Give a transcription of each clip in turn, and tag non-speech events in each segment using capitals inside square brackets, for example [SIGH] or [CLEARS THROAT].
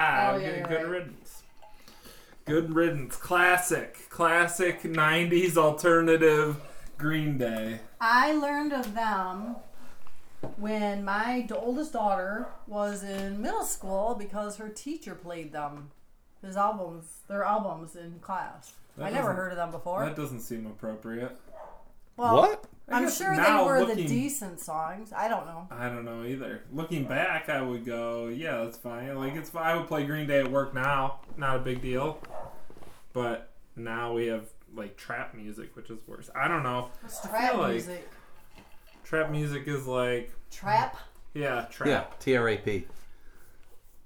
Oh, Right. Ah, good riddance. Good riddance. Classic, classic '90s alternative Green Day. I learned of them when my d- oldest daughter was in middle school because her teacher played them, his albums, their albums in class. That I never doesn't- heard of them before. That doesn't seem appropriate. well, what? I I'm guess sure they now were the looking- decent songs. I don't know. I don't know either. Looking back, I would go, yeah, that's fine. Like it's, I would play Green Day at work now, not a big deal. But now we have like trap music, which is worse. I don't know. Trap like- music. Trap music is like, Trap. [LAUGHS] yeah, trap. Yeah, T R A P.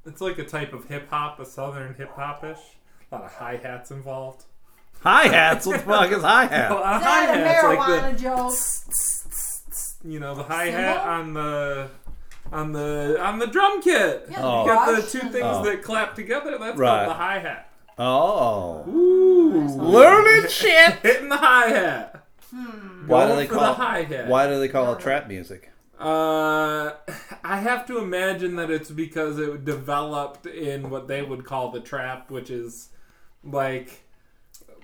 It's like a type of hip hop, a southern hip hop ish. A lot of hi hats involved. Hi hats. What the fuck is [LAUGHS] hi A hat? lot of Is that a hi-hats, like the- marijuana joke? you know the hi hat Cymbal? on the on the on the drum kit. Yeah, Oh. You got the brush two and- things Uh, that clap together. That's Right. called the hi hat. Oh, Ooh, learning shit. hitting the hi hat. Hmm. Why do they for call? the hi hat? Why do they call it trap music? Uh, [LAUGHS] I have to imagine that it's because it developed in what they would call the trap, which is like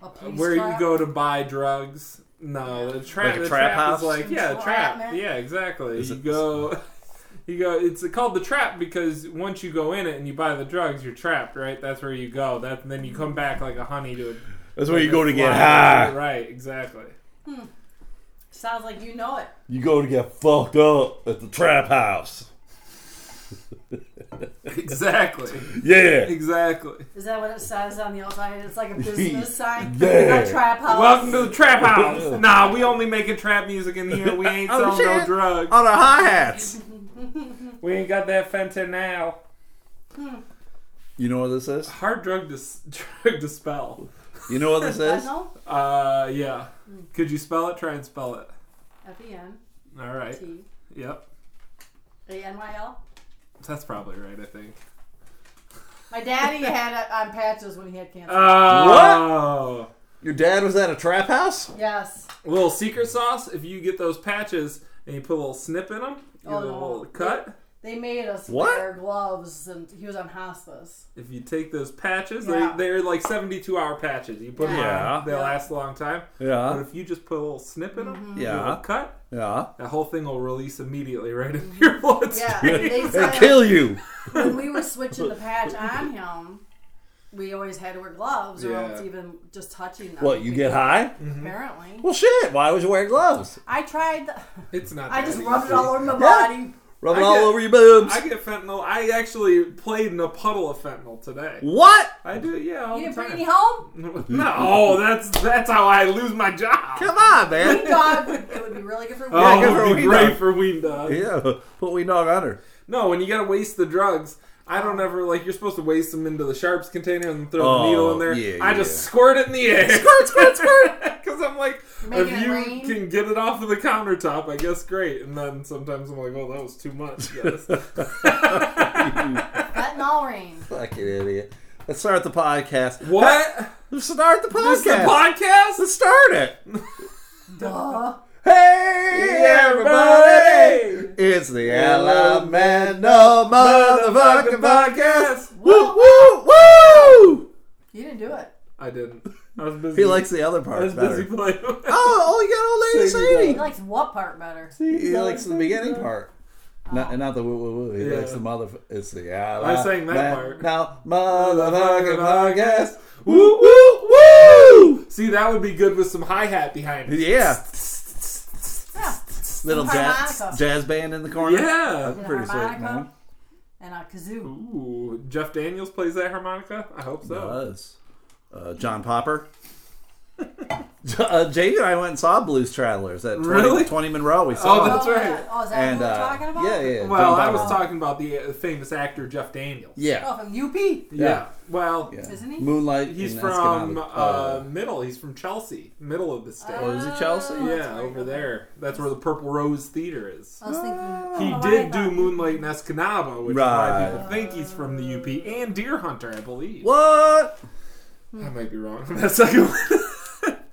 A police Uh, where trap. you go to buy drugs. No, the trap. Like a the trap trap house? is like yeah, Entrapment. trap. Yeah, exactly. Is you it- go, [LAUGHS] you go. It's called the trap because once you go in it and you buy the drugs, you're trapped. Right? That's where you go. That and then you come back like a honey to. a- That's where you go to get Right, high. Right? Exactly. Sounds like you know it. You go to get fucked up at the trap house. Exactly. [LAUGHS] Yeah. exactly. Is that what it says on the outside? It's [LAUGHS] like a business sign. Yeah. A trap Oh. house. Welcome to the trap [LAUGHS] house. nah, we only making trap music in here. We ain't Oh, selling no shit. drugs. On our hi hats. We ain't got that fentanyl. You know what this is? Hard drug to s- [LAUGHS] drug to spell. You know [LAUGHS] what this I is? know. Uh, yeah. Hmm. Could you spell it? Try and spell it. F E N All right. T Yep. A N Y L. That's probably right. I think. My daddy had it on patches when he had cancer. Uh. Oh. What? Your dad was at a trap house? yes. Little secret sauce. If you get those patches and you put a little snip in them, you Oh, get a little no. cut. They made us What? wear gloves, and he was on hospice. If you take those patches, Yeah. they, they're like 72 hour patches. You put them Yeah. on, they Yeah. Mm-hmm. last a long time. But Yeah. if you just put a little snip in them, Yeah. little cut, Yeah. that whole thing will release immediately right in your bloodstream. Mm-hmm. Yeah. They They [LAUGHS] said kill you. when we were switching the patch on him, we always had to wear gloves, or Yeah. else even just touching them. What, you get high? Mm-hmm. Apparently, Well, shit. Why would you wear gloves? I tried. The, It's not. I that just easy. rubbed it all over my body. Rub it I all get- over your boobs. I get fentanyl. I actually played in a puddle of fentanyl today. what? I do, yeah. All You didn't the bring time. any [LAUGHS] home? [LAUGHS] no, that's that's how I lose my [LAUGHS] job. Come on, man. Ween [LAUGHS] [LAUGHS] dog. would- It would be really good for Oh, ween. good for it'd be Ween great Dog. for Ween Dog. Yeah, put we dog on her. No, when you gotta waste the drugs, I don't ever like. You're supposed to waste them into the sharps container and throw Oh, the needle in there. yeah, I yeah. just squirt it in the air. Squirt, squirt, squirt. [LAUGHS] Because I'm like, Making if it you rain. can get it off of the countertop, I guess great. And then sometimes I'm like, oh, that was too much. Guys. [LAUGHS] Fentanyl rain. Fucking idiot. Let's start the podcast. what? Let's start the This podcast. the podcast? Let's start it. Duh. Hey, everybody! It's the Alamano motherfucking podcast. Woo, woo, woo! You didn't do it. I didn't. I was busy. He likes the other I part was busy better. playing. Oh, oh, you got Sing old it lady He Sadie. likes what part better? He likes the beginning part. Not, not the woo woo woo. He Yeah. likes the mother. It's the I sang that part. Now motherfucking podcast. Woo woo woo! See, that would be good with some hi hat behind it. Yeah, Yeah. little jazz Harmonica. jazz band in the corner. Yeah. That's pretty sweet, harmonica. man. And a kazoo. Ooh, Jeff Daniels plays that harmonica. I hope so. Does. Uh, John Popper. [LAUGHS] J- uh, Jamie and I went and saw Blues Travelers at 20, Really? 20 Monroe. We Oh, saw it. That's oh, right. yeah. Oh, is that and what we're uh, talking about? yeah, yeah. Well, John I was Popper. talking about the uh, famous actor Jeff Daniels. Yeah, Oh, from UP. Yeah. Well, yeah. Isn't he? Moonlight. he's in from Escanaba. uh, middle. He's from Chelsea, middle of the state. oh, is it Chelsea? Oh, that's yeah, right. over there. That's where the Purple Rose Theater is. I was thinking. Oh, I He don't know why I did thought- do Moonlight in Escanaba, which is Right. why people think he's from the UP, and Deer Hunter, I believe. what? I might be wrong. That [LAUGHS] second one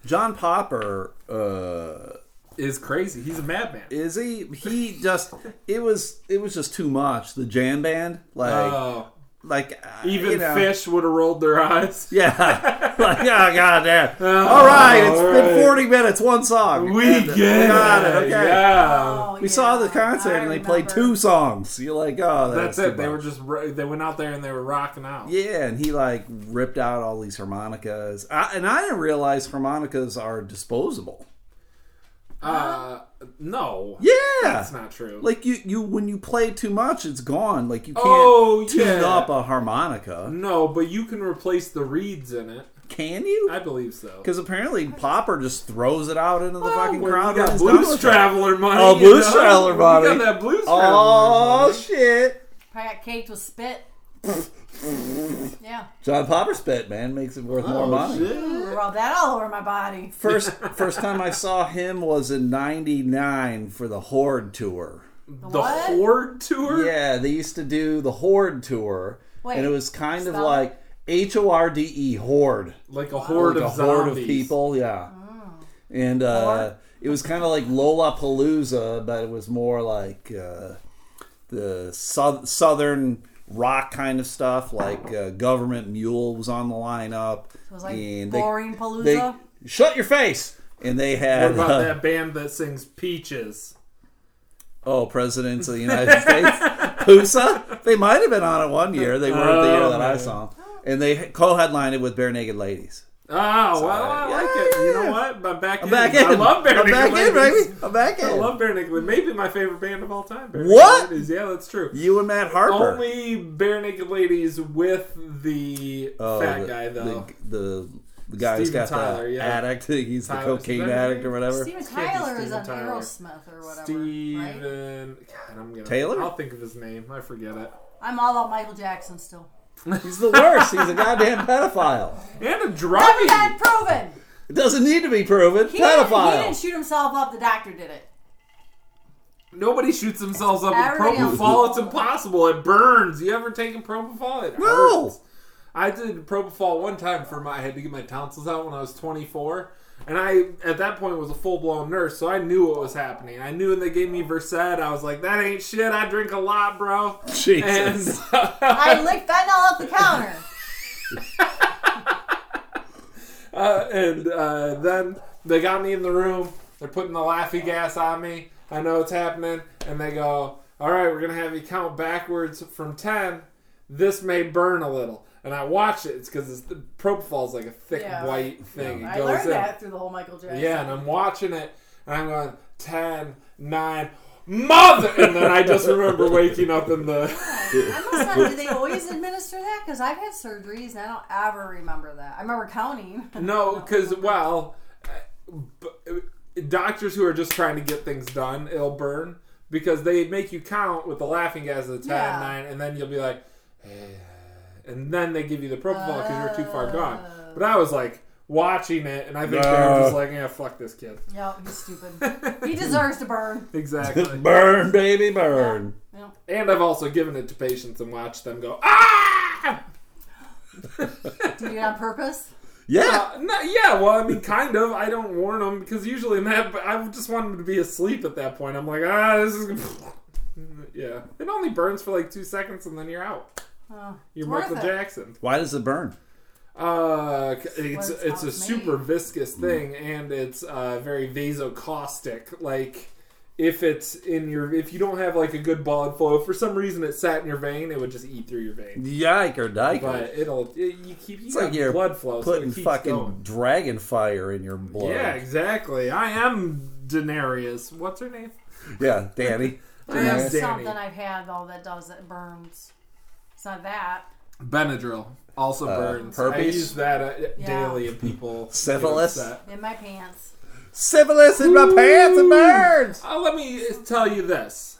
John Popper. Uh, is crazy. He's a madman. is he? He just. It was. It was just too much. The jam band. Like Oh. like uh, Even you know. fish would have rolled their eyes. Yeah, [LAUGHS] like oh god damn. all right, it's all been right. forty minutes, one song. We And, uh, get we got it. Okay, Yeah. Oh, Uh, we saw the yeah, concert I and they played remember. two songs. You're like, oh, that That's was too it. They much. were just ro- they went out there and they were rocking out. Yeah, and he like ripped out all these harmonicas, I, and I didn't realize harmonicas are disposable. Uh, no. Yeah, That's not true. like you, you when you play too much, it's gone. Like you can't Oh, tune yeah. up a harmonica, no, but you can replace the reeds in it. can you? I believe so. Because apparently Popper just throws it out into the fucking Well, crowd. you when got he's done blues with it. traveler money. Oh, you blues know? traveler You money. got that blues traveler Oh money. shit! Probably got caked with spit. yeah. John Popper spit man makes it worth more money. Ooh, rub that all over my body. [LAUGHS] First first time I saw him was in '99 for the Horde tour. The What? Horde tour? Yeah, they used to do the Horde tour, Wait, and it was kind of spell it? like H O R D E Horde, Like a horde like a of horde of zombies. people. Yeah, Oh. and uh, it was kind of like Lollapalooza, but it was more like uh, the sou- southern rock kind of stuff. Like uh, Government Mule was on the lineup, It was like and they- boring they palooza. shut your face. And they What had about uh, that band that sings Peaches? oh presidents of the United States, Pusa. They might have been on it one year. They weren't the year Oh, that I man. saw them. And they co-headlined it with Bare Naked Ladies. Oh, well, I like it. You Yeah. know what? I'm back I'm in. back in. I love Bare I'm Naked back in, Ladies. baby. I'm back in. I love Bare Naked Ladies. Maybe my favorite band of all time. Bare What? Naked Ladies. Yeah, that's true. you and Matt Harper. Only Bare Naked Ladies with the Oh, fat the- guy, though. The, the, the guy who's Steven got Tyler, the yeah. addict. [LAUGHS] He's the Tyler- cocaine is that addict or his whatever. Steven Can't be Tyler is Steven on Tyler. Aerosmith or whatever. Right? Steven. God, I'm gonna, Taylor? I'll think of his name. I forget it. I'm all about Michael Jackson still. He's the worst. He's a goddamn pedophile. And a Never driving. been proven. It doesn't need to be proven. He didn't, he didn't pedophile. shoot himself up. The doctor did it. Nobody shoots themselves up with Everybody else- propofol. It's impossible. It burns. You ever taken propofol? It No. hurts. I did propofol one time for my. I had to get my tonsils out when I was 24, and I at that point was a full blown nurse, so I knew what was happening. I knew, and they gave me Versed. I was like, "That ain't shit. I drink a lot, bro." And [LAUGHS] Jesus. I licked fentanyl off the counter. [LAUGHS] Uh, and uh, then they got me in the room. They're putting the laffy gas on me. I know it's happening. And they go, All right, we're going to have you count backwards from 10. This may burn a little. And I watch it. It's because the propofol's like a thick Yeah. white thing. it I goes learned in. that through the whole Michael Jackson. Yeah, and I'm watching it, and I'm going 10, 9, mother! And then I just remember waking up in the. [LAUGHS] I must not. Do they always administer that? Because I've had surgeries and I don't ever remember that. I remember counting. No, because, well, b- doctors who are just trying to get things done, it'll burn because they make you count with the laughing gas of the 10, Yeah. 9, and then you'll be like, "Eh," and then they give you the propofol because you're too far gone. But I was like watching it, and I think they were Nah. just like, yeah, fuck this kid. Yep, he's stupid. he deserves to burn. [LAUGHS] Exactly. burn, baby, burn. Yep. and I've also given it to patients and watched them go, ah! Do it on purpose? Yeah. Uh, no, yeah, well, I mean, kind of. I don't warn them because usually, man, I just want them to be asleep at that point. I'm like, ah, this is. gonna- [LAUGHS] Yeah, it only burns for like two seconds and then you're out. Oh, You're it's worth Michael it. Jackson. Why does it burn? Uh, c- it's it's it's how a it's super made. viscous Mm. thing and it's uh, very vasocaustic. Like if it's in your if you don't have like a good blood flow, if for some reason it sat in your vein, it would just eat through your vein. Yike or dike. But it'll it, you keep you It's like got you're blood flow, so putting it keeps fucking going. dragon fire in your blood. Yeah, exactly. I am Daenerys. What's her name? Yeah, Danny. Yeah. There's something Danny. I've had though that does it burns. It's not that. Benadryl also Uh, burns. I herpes? use that uh, Yeah. daily, and [LAUGHS] people get Syphilis? upset. In my pants. Syphilis in my pants and burns. Uh, let me tell you this.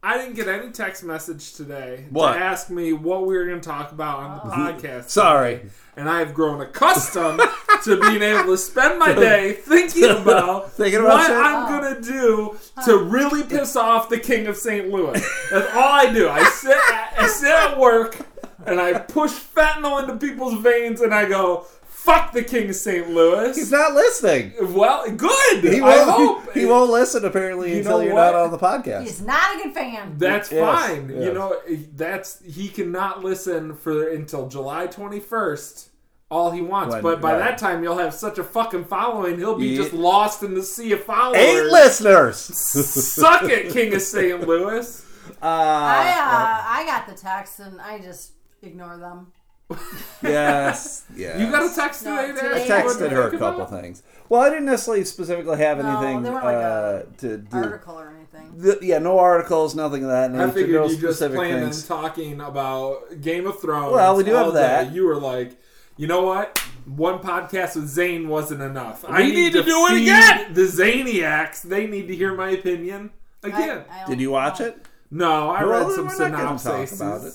I didn't get any text message today What? to ask me what we were going to talk about on the podcast. Sorry. and I have grown accustomed to being able to spend [LAUGHS] my day thinking about Thinking about what shit? I'm Oh. gonna do to really piss off the king of St. Louis. That's all I do. I sit, I sit at work and I push fentanyl into people's veins, and I go. Fuck the King of St. Louis. He's not listening. well, good. [LAUGHS] I He won't, hope he won't listen apparently You until know you're what? not on the podcast. He's not a good fan. That's Yes, fine. You yes. know, eh, that's he cannot listen for until July 21st. All he wants, When- but by right. that time you'll have such a fucking following, he'll be Ye- just lost in the sea of followers. Eight listeners. Suck it, King of St. Louis. [LAUGHS] I Uh, uh, I got the text and I just ignore them. [LAUGHS] yes. Yes. You got a text No, today? today- that I you texted wanted to her a talk about? couple things. Well, I didn't necessarily specifically have No, anything they weren't like uh, a to do. Article or anything. The- yeah, no articles, nothing of that. I nature, figured no you just specific planned on things. talking about Game of Thrones. Well, we do all have that. day. You were like, you know what? One podcast with Zane wasn't enough. I We need to do it feed again!" The Zaniacs, they need to hear my opinion again. I, I don't Did you watch know. it? no, I Well, read some we're not gonna talk synopses. about it.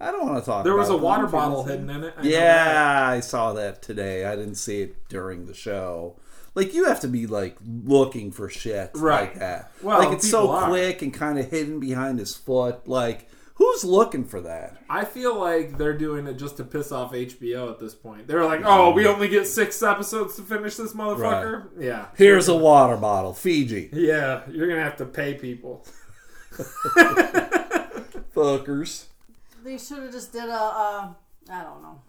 I don't want to talk. There was about a it. water bottle hidden in it. I know that. Yeah, I saw that today. I didn't see it during the show. Like you have to be like looking for shit Right. like that. Well, like it's so people are. quick and kind of hidden behind his foot. Like who's looking for that? I feel like they're doing it just to piss off HBO at this point. They're like, oh, we only get six episodes to finish this motherfucker? Yeah. Here's a water bottle, Fiji Yeah, you're going to have to pay people. fuckers. They should have just did a. Uh, I don't [LAUGHS] know.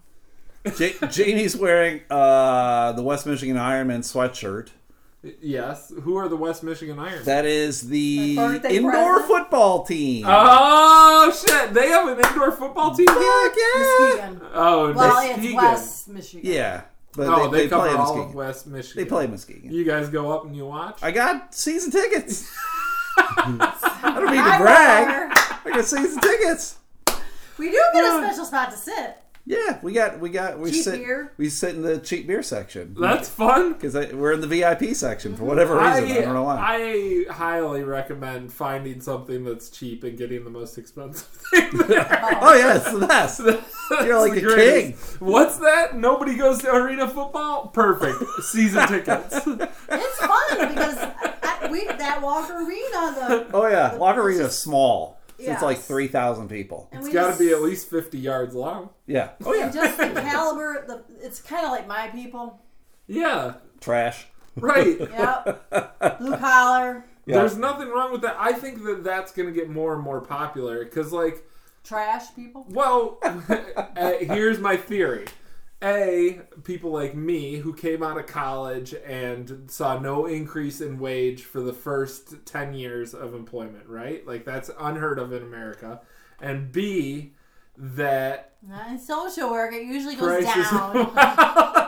Ja- Janie's wearing uh, the West Michigan Ironman sweatshirt. Yes. Who are the West Michigan Iron? That is the My birthday indoor present. football team. Oh shit! They have an indoor football team. Fuck [LAUGHS] yeah! Muskegon. Oh, Well, Muskegon. it's West Michigan. Yeah, but Oh, they, they, they play cover in all Muskegon. of West Michigan. They play in Muskegon. You guys go up and you watch. I got [LAUGHS] season tickets. I don't mean to I'm brag. aware. I got season tickets. We do get a special spot to sit. Yeah, we got we got we Cheap sit beer. we sit in the cheap beer section That's fun. because we're in the VIP section for whatever reason. I, don't know why. I highly recommend finding something that's cheap and getting the most expensive [LAUGHS] thing there. [LAUGHS] oh yeah, it's [LAUGHS] the best. You're like It's a greatest. What's that? Nobody goes to arena football. [LAUGHS] Perfect. Season [LAUGHS] tickets. It's fun because I, we that Walker Arena, [LAUGHS] the Oh yeah, Locarina is small. It's Yeah. like three thousand people. and It's we got to just- be at least fifty yards long. Yeah. Oh yeah. just the caliber. The it's kind of like [LAUGHS] my people. Yeah. Trash. Right. Yep, blue collar Yeah. There's nothing wrong with that. I think that that's going to get more and more popular because, like, trash people. well, [LAUGHS] uh, here's my theory. A, people like me who came out of college and saw no increase in wage for the first 10 years of employment, right? Like, that's unheard of in America. And B, that And social work it usually goes prices. [LAUGHS] Oh, down.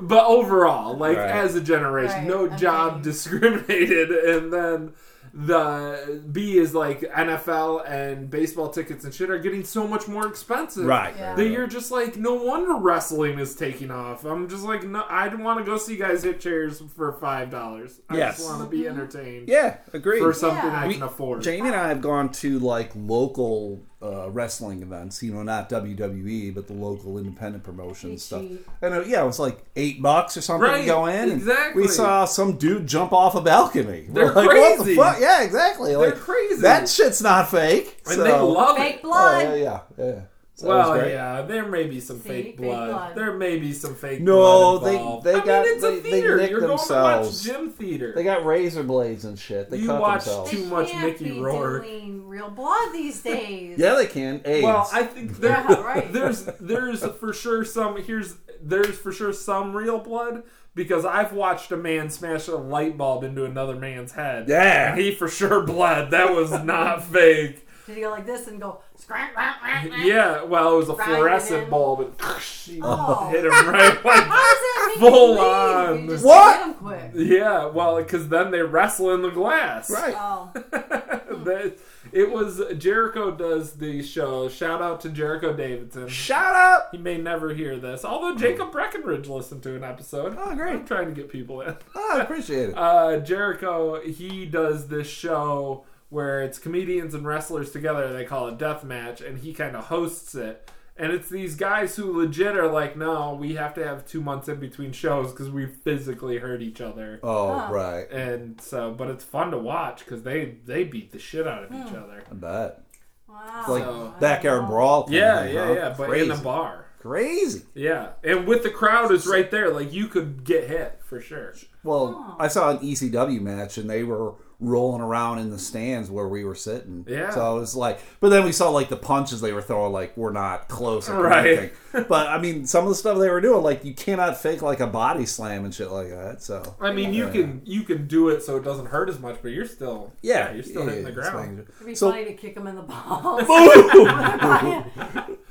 but overall, like Right. as a generation, Right, no okay. job [LAUGHS] discriminated. And then the B is like NFL and baseball tickets and shit are getting so much more expensive. Right. Yeah. That you're just like, no wonder wrestling is taking off. I'm just like, no, I want to go see guys hit chairs for five dollars. I Yes. just want to be entertained Yeah. Agreed. for something Mm-hmm. Yeah. I We- can afford. Jamie and I have gone to like local uh, wrestling events, you know, not WWE, but the local independent promotion and stuff. cheap. And uh, yeah, it was like eight bucks or something Right, to go in. and exactly. We saw some dude jump off a balcony. They're We're like, What the crazy. fuck? Yeah, exactly. They're like, crazy. That shit's not fake. and so- they love Fake it. Oh, blood. yeah, yeah, yeah. So that was Well, great. yeah, there may be some See, fake fake blood. blood. There may be some fake No, blood. they- involved. they I got- mean, it's they- a they theater. nicked You're themselves. going to watch gym theater. They got razor blades and shit. They You cut watched themselves. two- They Too much can't Mickey be Rourke. doing real [LAUGHS] blood these days. Yeah, they can. AIDS. well, I [LAUGHS] think there, Yeah, right. there's there's for sure some here's there's for sure some real blood because I've watched a man smash a light bulb into another man's head. Yeah. and [LAUGHS] he for sure bled. That was [LAUGHS] not fake. Did he go like this and go scrap? rah, rah, rah? Yeah, well, it was a Right, and fluorescent then- bulb and [LAUGHS] he Oh. hit him right. Like, How does that make Full you leave? on. You just What? hit him quick. yeah, well, because then they wrestle in the glass. right. Oh, [LAUGHS] that it was Jericho does the show. Shout out to Jericho Davidson. Shut up. He may never hear this, although Jacob Breckenridge listened to an episode. Oh, great. I'm trying to get people in. Oh, I appreciate it. Uh, Jericho, he does this show where it's comedians and wrestlers together. They call it Death Match, and he kind of hosts it. And it's these guys who legit are like, no, we have to have two months in between shows because we physically hurt each other. oh, huh. right. And so, but it's fun to watch because they they beat the shit out of Hmm. each other. I bet. wow. It's like So- uh, backyard brawl. kind of Yeah, thing, yeah, huh? yeah. But in Crazy. a bar. Crazy. Yeah, and with the crowd is right there, like you could get hit for sure. Well, I saw an ECW match and they were rolling around in the stands where we were sitting. Yeah. So it was like, but then we saw like the punches they were throwing, like we're not close or Right. anything. But I mean, some of the stuff they were doing, like you cannot fake like a body slam and shit like that. So I mean, you can you can do it so it doesn't hurt as much, but you're still yeah, you're still hitting the it's ground. like- It'd be So- funny to kick him in the [LAUGHS] balls.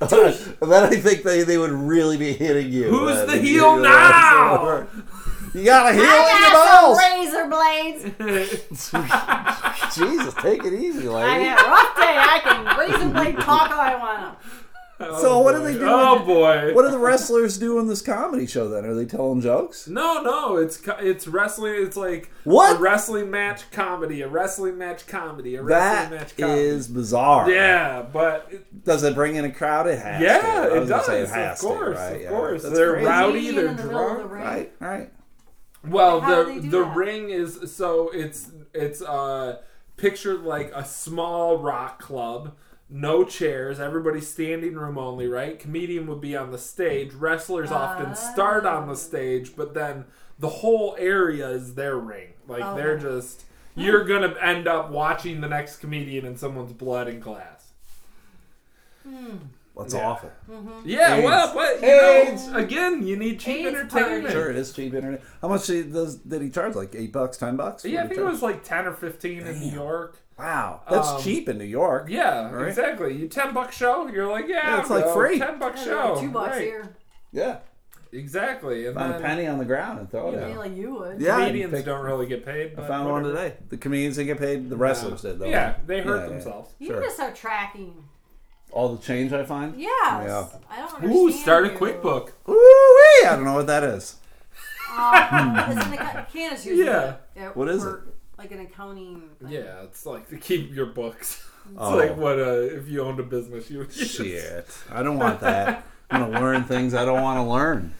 [LAUGHS] then I think they, they would really be hitting you. Who's Then the you heel know, now? [LAUGHS] You got a heel in I got some razor [LAUGHS] blades. your balls. Jesus, take it easy, I lady. had a rough day. I can razor blade talk all I want to. So what do they do? Oh boy! What do the wrestlers do in this comedy show? Then are they telling jokes? No, no, it's co- it's wrestling. It's like What? a wrestling match comedy, a wrestling match comedy, a wrestling That match comedy. is bizarre. yeah, but it, Does it bring in a crowd? It has. yeah, to. I it was gonna does. say of has to, course, right? of Yeah, course. that's they're crazy. rowdy. Being They're in the middle of the drunk. ring. Right, right. Well, the How do they do the that? ring is so it's it's uh pictured like a small rock club, no chairs, everybody's standing room only, right? Comedian would be on the stage. Wrestlers often start on Ah. the stage, but then the whole area is their ring. Like Oh. they're just you're gonna end up watching the next comedian in someone's blood and glass. That's Yeah. awful. Yeah, AIDS. well, but you AIDS. know, again, you need cheap AIDS entertainment. party. Sure, it is cheap internet. How much did, those, did he charge? Like eight bucks, ten bucks? Yeah, I What did think he it charge? was like ten or fifteen in New York. Wow, that's um, cheap in New York. Yeah, Right? exactly. You ten buck show, you're like, yeah, Yeah, it's like bro, free. Ten buck I show, don't know, Two bucks right. here. yeah. Exactly, and Find a then penny on the ground and throw it. Yeah. out. like you would. Yeah, I Um, comedians picked- don't really get paid. But I found one whatever. today. The comedians didn't get paid. The wrestlers did though. Yeah, they hurt Yeah, yeah. themselves. You Sure. need to start tracking. All the change I find. Yes. Yeah. I don't understand. Ooh, start a you. QuickBook. Ooh wee! I don't know what that is. Uh, it's an account- Candace uses Yeah. it. at What is work, Like an accounting. thing. Yeah, it's like to keep your books. [LAUGHS] It's Oh. like what uh, if you owned a business, you would use. Shit, I don't want that. I'm gonna learn things I don't want to learn.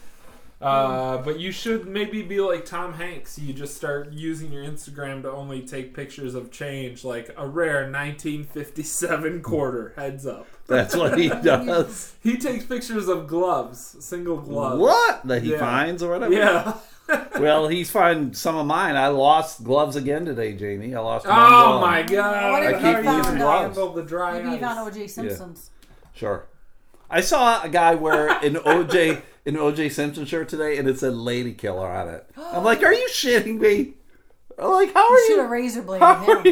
Uh, but you should maybe be like Tom Hanks. You just start using your Instagram to only take pictures of change, like a rare 1957 quarter. Heads up. That's what he does. He takes pictures of gloves, single gloves. What that he Yeah. finds or whatever. Yeah. Well, he's finding some of mine. I lost gloves again today, Jamie. I lost. one Oh glove. my What god! if How he do you found handle the dry Maybe you ice? found OJ Simpson's. Sure. I saw a guy wear an OJ an OJ Simpson shirt today, and it said "Lady Killer" on it. I'm like, are you shitting me? I'm like, how are Shoot a [LAUGHS] you? razor blade at [LAUGHS] him.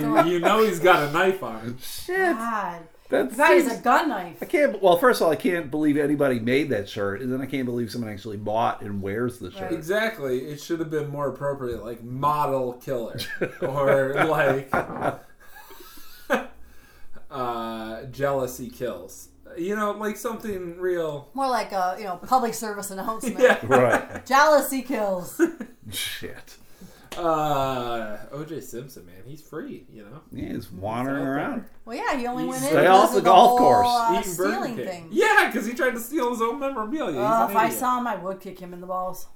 You- you, know he's got a knife on. him. Shit, God. that's. That is a gun knife. I can't. Well, first of all, I can't believe anybody made that shirt, and then I can't believe someone actually bought and wears the shirt. Exactly. It should have been more appropriate, like model killer, or like [LAUGHS] uh, jealousy kills. You know, like something real. More like a you know public service announcement. Yeah. Right. Jealousy kills. [LAUGHS] Shit. Uh, OJ Simpson, man, he's free. You know, Yeah, he's wandering out there. around. Well, yeah, he only went in. Stay because off the golf whole, course. Uh, Eating Burger stealing King. thing. Yeah, because he tried to steal his own memorabilia. He's Uh, an if I idiot. saw him, I would kick him in the balls.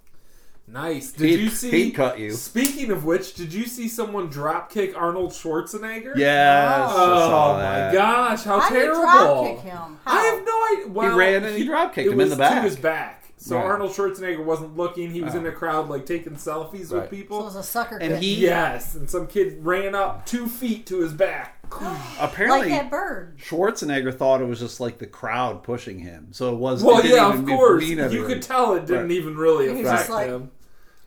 Nice. Did He'd- you see? he'd cut you. Speaking of which, did you see someone drop kick Arnold Schwarzenegger? Yes. I saw Oh that. my gosh! How How did terrible! drop kick him? How? I have no idea. Well, ran and he drop kicked it him was in the back. To his back. So Right. Arnold Schwarzenegger wasn't looking. He was Oh. in the crowd, like taking selfies Right. with So it people. was a sucker And kick. he yes, and some kid ran up two feet to his back. like apparently that bird. Schwarzenegger thought it was just like the crowd pushing him, so it was. it Well, didn't yeah, even of mean- course. mean You anything. could tell it didn't Right. even really He was affect just like- [LAUGHS] him,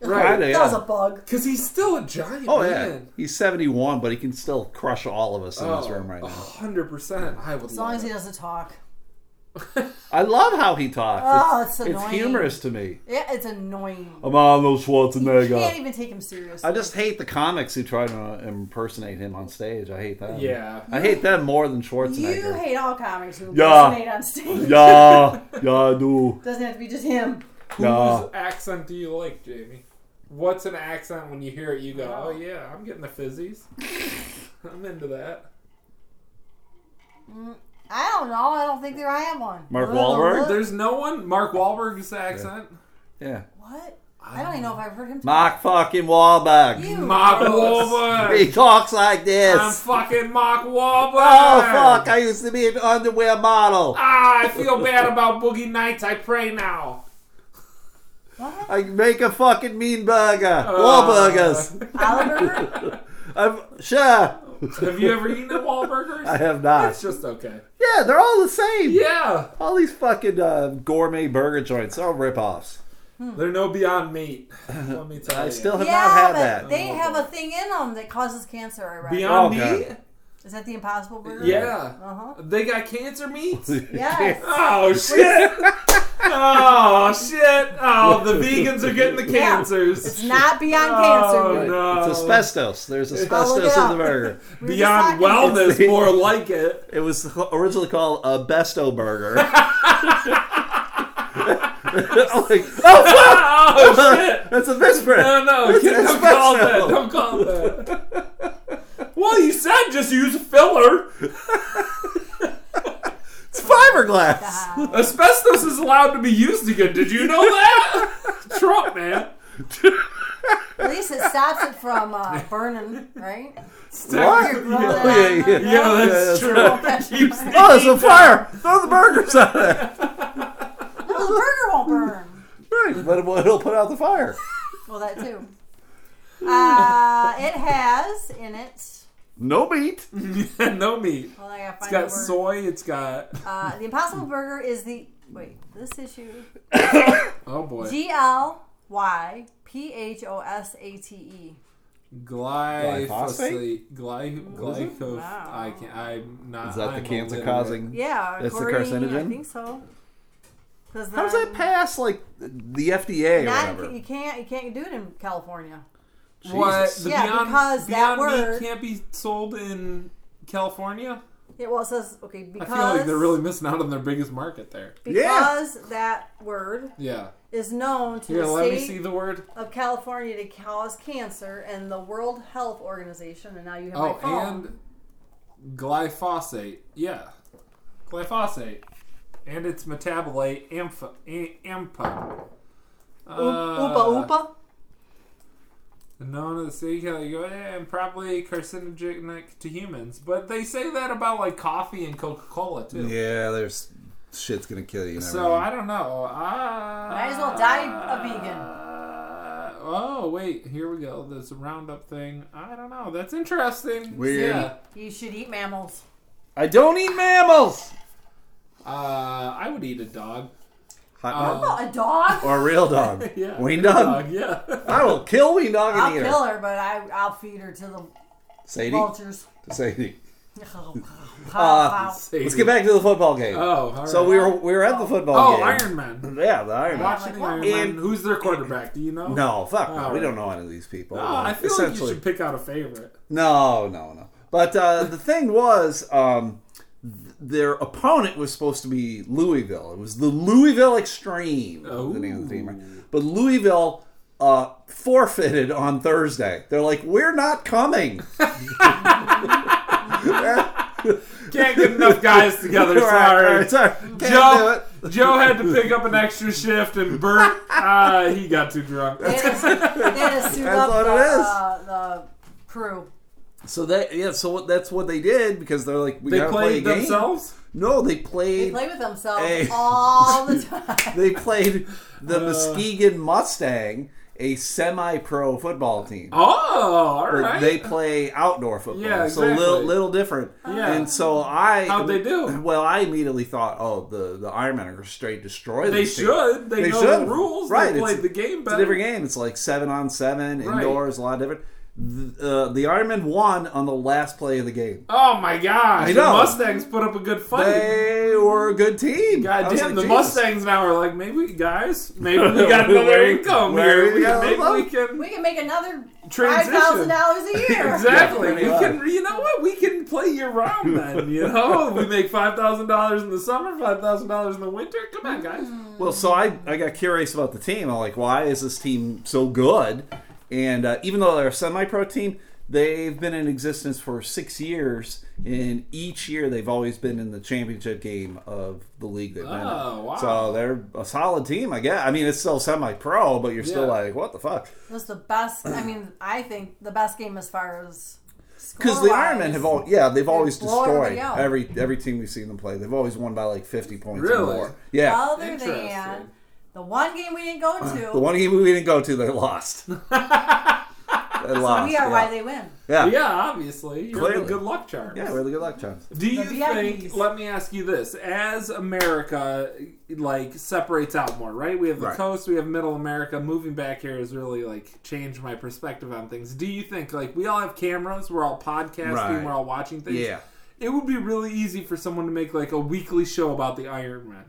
Kinda, right? That was yeah. a bug. Because he's still a giant. Oh yeah, man. he's seventy-one, but he can still crush all of us in this room right now. Oh, hundred percent. I would. As long as he doesn't talk. I love how he talks. Oh, it's it's annoying. humorous to me. Yeah, it's annoying. I'm Arnold You can't Schwarzenegger. even take him seriously. I just hate the comics who try to impersonate him on stage. I hate that. Yeah. I hate them more than you Schwarzenegger. hate all comics who Yeah. impersonate on stage. yeah, yeah, I do. Doesn't have to be just him. Yeah. Whose accent do you like, Jamie? What's an accent when you hear it? You go, oh yeah, I'm getting the [LAUGHS] fizzies. [LAUGHS] I'm into that. I don't know. I don't think there I have one. Mark Look, Wahlberg? look. There's no one. Mark Wahlberg's accent. Yeah, What? I don't even know if I've heard him. Mark talk. fucking Wahlberg. You Mark gross. Wahlberg. He talks like I'm this. fucking Mark Wahlberg. Oh fuck! I used to be an underwear model. Ah, I feel bad about Boogie Nights. I pray now. What? I make a fucking mean burger. Uh. Wahlburgers. Oliver? I'm sure. Have you ever eaten at Wahlburgers? I have not. It's just okay. Yeah, they're all the same. Yeah. All these fucking uh, gourmet burger joints are all ripoffs. They're no beyond [LAUGHS] meat. Let me tell I you. still have yeah, not had but that. they have a thing in them that causes cancer. I read. beyond Oh, meat. God. Is that the Impossible Burger? Yeah. [LAUGHS] Uh huh. They got cancer meats. Yes. Oh shit! oh shit! Oh, the vegans are getting the Yeah. cancers. It's not beyond Oh, cancer. Right. no. It's asbestos. There's look it asbestos in up. [LAUGHS] the burger. We were just Beyond talking- wellness, more like [LAUGHS] it. It was originally called a besto [LAUGHS] burger. I'm like, oh, Um, Oh shit! [LAUGHS] that's a misprint. No, no, It's don't call it that. espresso. Don't call it that. Well, you said just use filler. It's fiberglass. Uh, Asbestos is allowed to be used again. Did you know that? Trump, man. at least it stops it from uh, burning, right? What? You're growing Yeah, it Yeah, on yeah. yeah, the- that's Yeah, true. that's Keeps right. the [LAUGHS] Oh, it's heat a fire. Throw the burgers out of [LAUGHS] there. No, the burger won't burn. Right, but it will- it'll put out the fire. Well, that too. Uh, it has in it. No meat. down. no meat. Well, I gotta It's find got the word. soy. It's got Uh, the Impossible Burger is the wait. This issue. oh boy, G L Y P H O S A T E. glyphosate. Glyphosate? Gly, is it? glycoph. Wow. I can. I'm not. Is that I'm a the cancer literate. causing? Yeah, That's the according- I carcinogen? think so. 'Cause How does then- that pass like the FDA or Not, whatever? you can't you can't do it in California. What? Jesus. The Yeah, beyond, because that Beyond Meat word- can't be sold in California. Yeah, well, it says okay I because feel like they're really missing out on their biggest market there. because that word Yeah. is known to Here, the let me see state the word. of California to cause cancer and the World Health Organization. And now you have Oh, my phone. and glyphosate. Yeah, glyphosate, and its metabolite ampha, a- Uh, ampa. Oompa Oompa. Known as sea killer, you go, "Eh, and probably carcinogenic to humans. But they say that about like coffee and Coca Cola too. Yeah, there's shit's gonna kill you. and So everything. I don't know. Uh, I Might as well die a vegan. Oh wait, here we go. This roundup thing. I don't know. That's interesting. Weird. Yeah. You should eat mammals. I don't eat mammals. Uh, I would eat a dog. Hot Oh, a dog. or a real dog. [LAUGHS] Yeah. Wean a Uh, dog. [LAUGHS] Yeah. I will kill wean dog and I'll eat kill her. her, but I I'll feed her to the Sadie, vultures. Sadie. Pow, Uh, pow. Let's get back to the football game. Oh, all so right. we were we were at the football Oh, game. Iron Man. Yeah, the Iron Man. Watching Iron And- Man. Who's their quarterback? Do you know? No, fuck no. All We right. don't know any of these people. Oh, I feel like you Essentially, should pick out a favorite. no, no, no. But uh, the thing was, um, th- their opponent was supposed to be Louisville. It was the Louisville Extreme. was The name of the team, right? Ooh. But Louisville uh, forfeited on Thursday. They're like, we're [LAUGHS] not coming. [LAUGHS] Can't get enough guys [LAUGHS] together. All right, all Sorry. right, sorry. Can't do Joe, it. [LAUGHS] Joe had to pick up an extra shift, and Bert, uh, he got too drunk. They had to- they had to suit That's up what the, it is. Uh, the crew. So that yeah, so what- that's what they did because they're like we They gotta play a played game. themselves. No, they They played play with themselves Hey. all [LAUGHS] the time. they played Uh. the Muskegon Mustang, a semi-pro football team. Oh, all But right. They play outdoor football, Yeah, so little exactly. little different. Yeah. And so I How'd they do? [LAUGHS] Well, I immediately thought, oh, the the Iron Men are gonna straight destroy. They these teams. should. They, They know the should. rules. Right, They it's- played the game It's a better. different game. It's like seven on seven Right. indoors, a lot different. The, uh, the Iron Men won on the last play of the game. Oh my gosh! I The know. Mustangs put up a good fight. They were a good team. I God was damn, like, the Jesus. Mustangs now are like, maybe guys, maybe [LAUGHS] we got another income Where here. we We, got maybe love? we can We can make another five Transition. thousand dollars a year. exactly. [LAUGHS] we Yeah, pretty much. can. You know what? We can play year round then. You [LAUGHS] know, we make five thousand dollars in the summer, five thousand dollars in the winter. Come on, guys. Well, so I, I got curious about the team. I'm like, why is this team so good? And uh, even though they're a semi pro team, they've been in existence for six years, and each year they've always been in the championship game of the league they've been in. Oh, wow. So they're a solid team, I guess. I mean, it's still semi-pro, but you're still Yeah. like, what the fuck? It was the best. I mean, I think the best game as far as Because the Iron Men have all, yeah, they've always blow destroyed everybody out. every every team we've seen them play. They've always won by like fifty points or Really? more. Yeah, Uh, other than Interesting. the one game we didn't go to. the one game we didn't go to, [LAUGHS] they lost. they lost. we are yeah. why they win. yeah. Yeah, obviously. You're Clearly. the good luck charm. Yeah, we had a good luck charms. Do you VIPs. think? Let me ask you this: As America like separates out more, right? We have the Right. coast, we have Middle America. Moving back here has really like changed my perspective on things. Do you think like we all have cameras, we're all podcasting, Right. we're all watching things? Yeah. it would be really easy for someone to make like a weekly show about the Iron Man.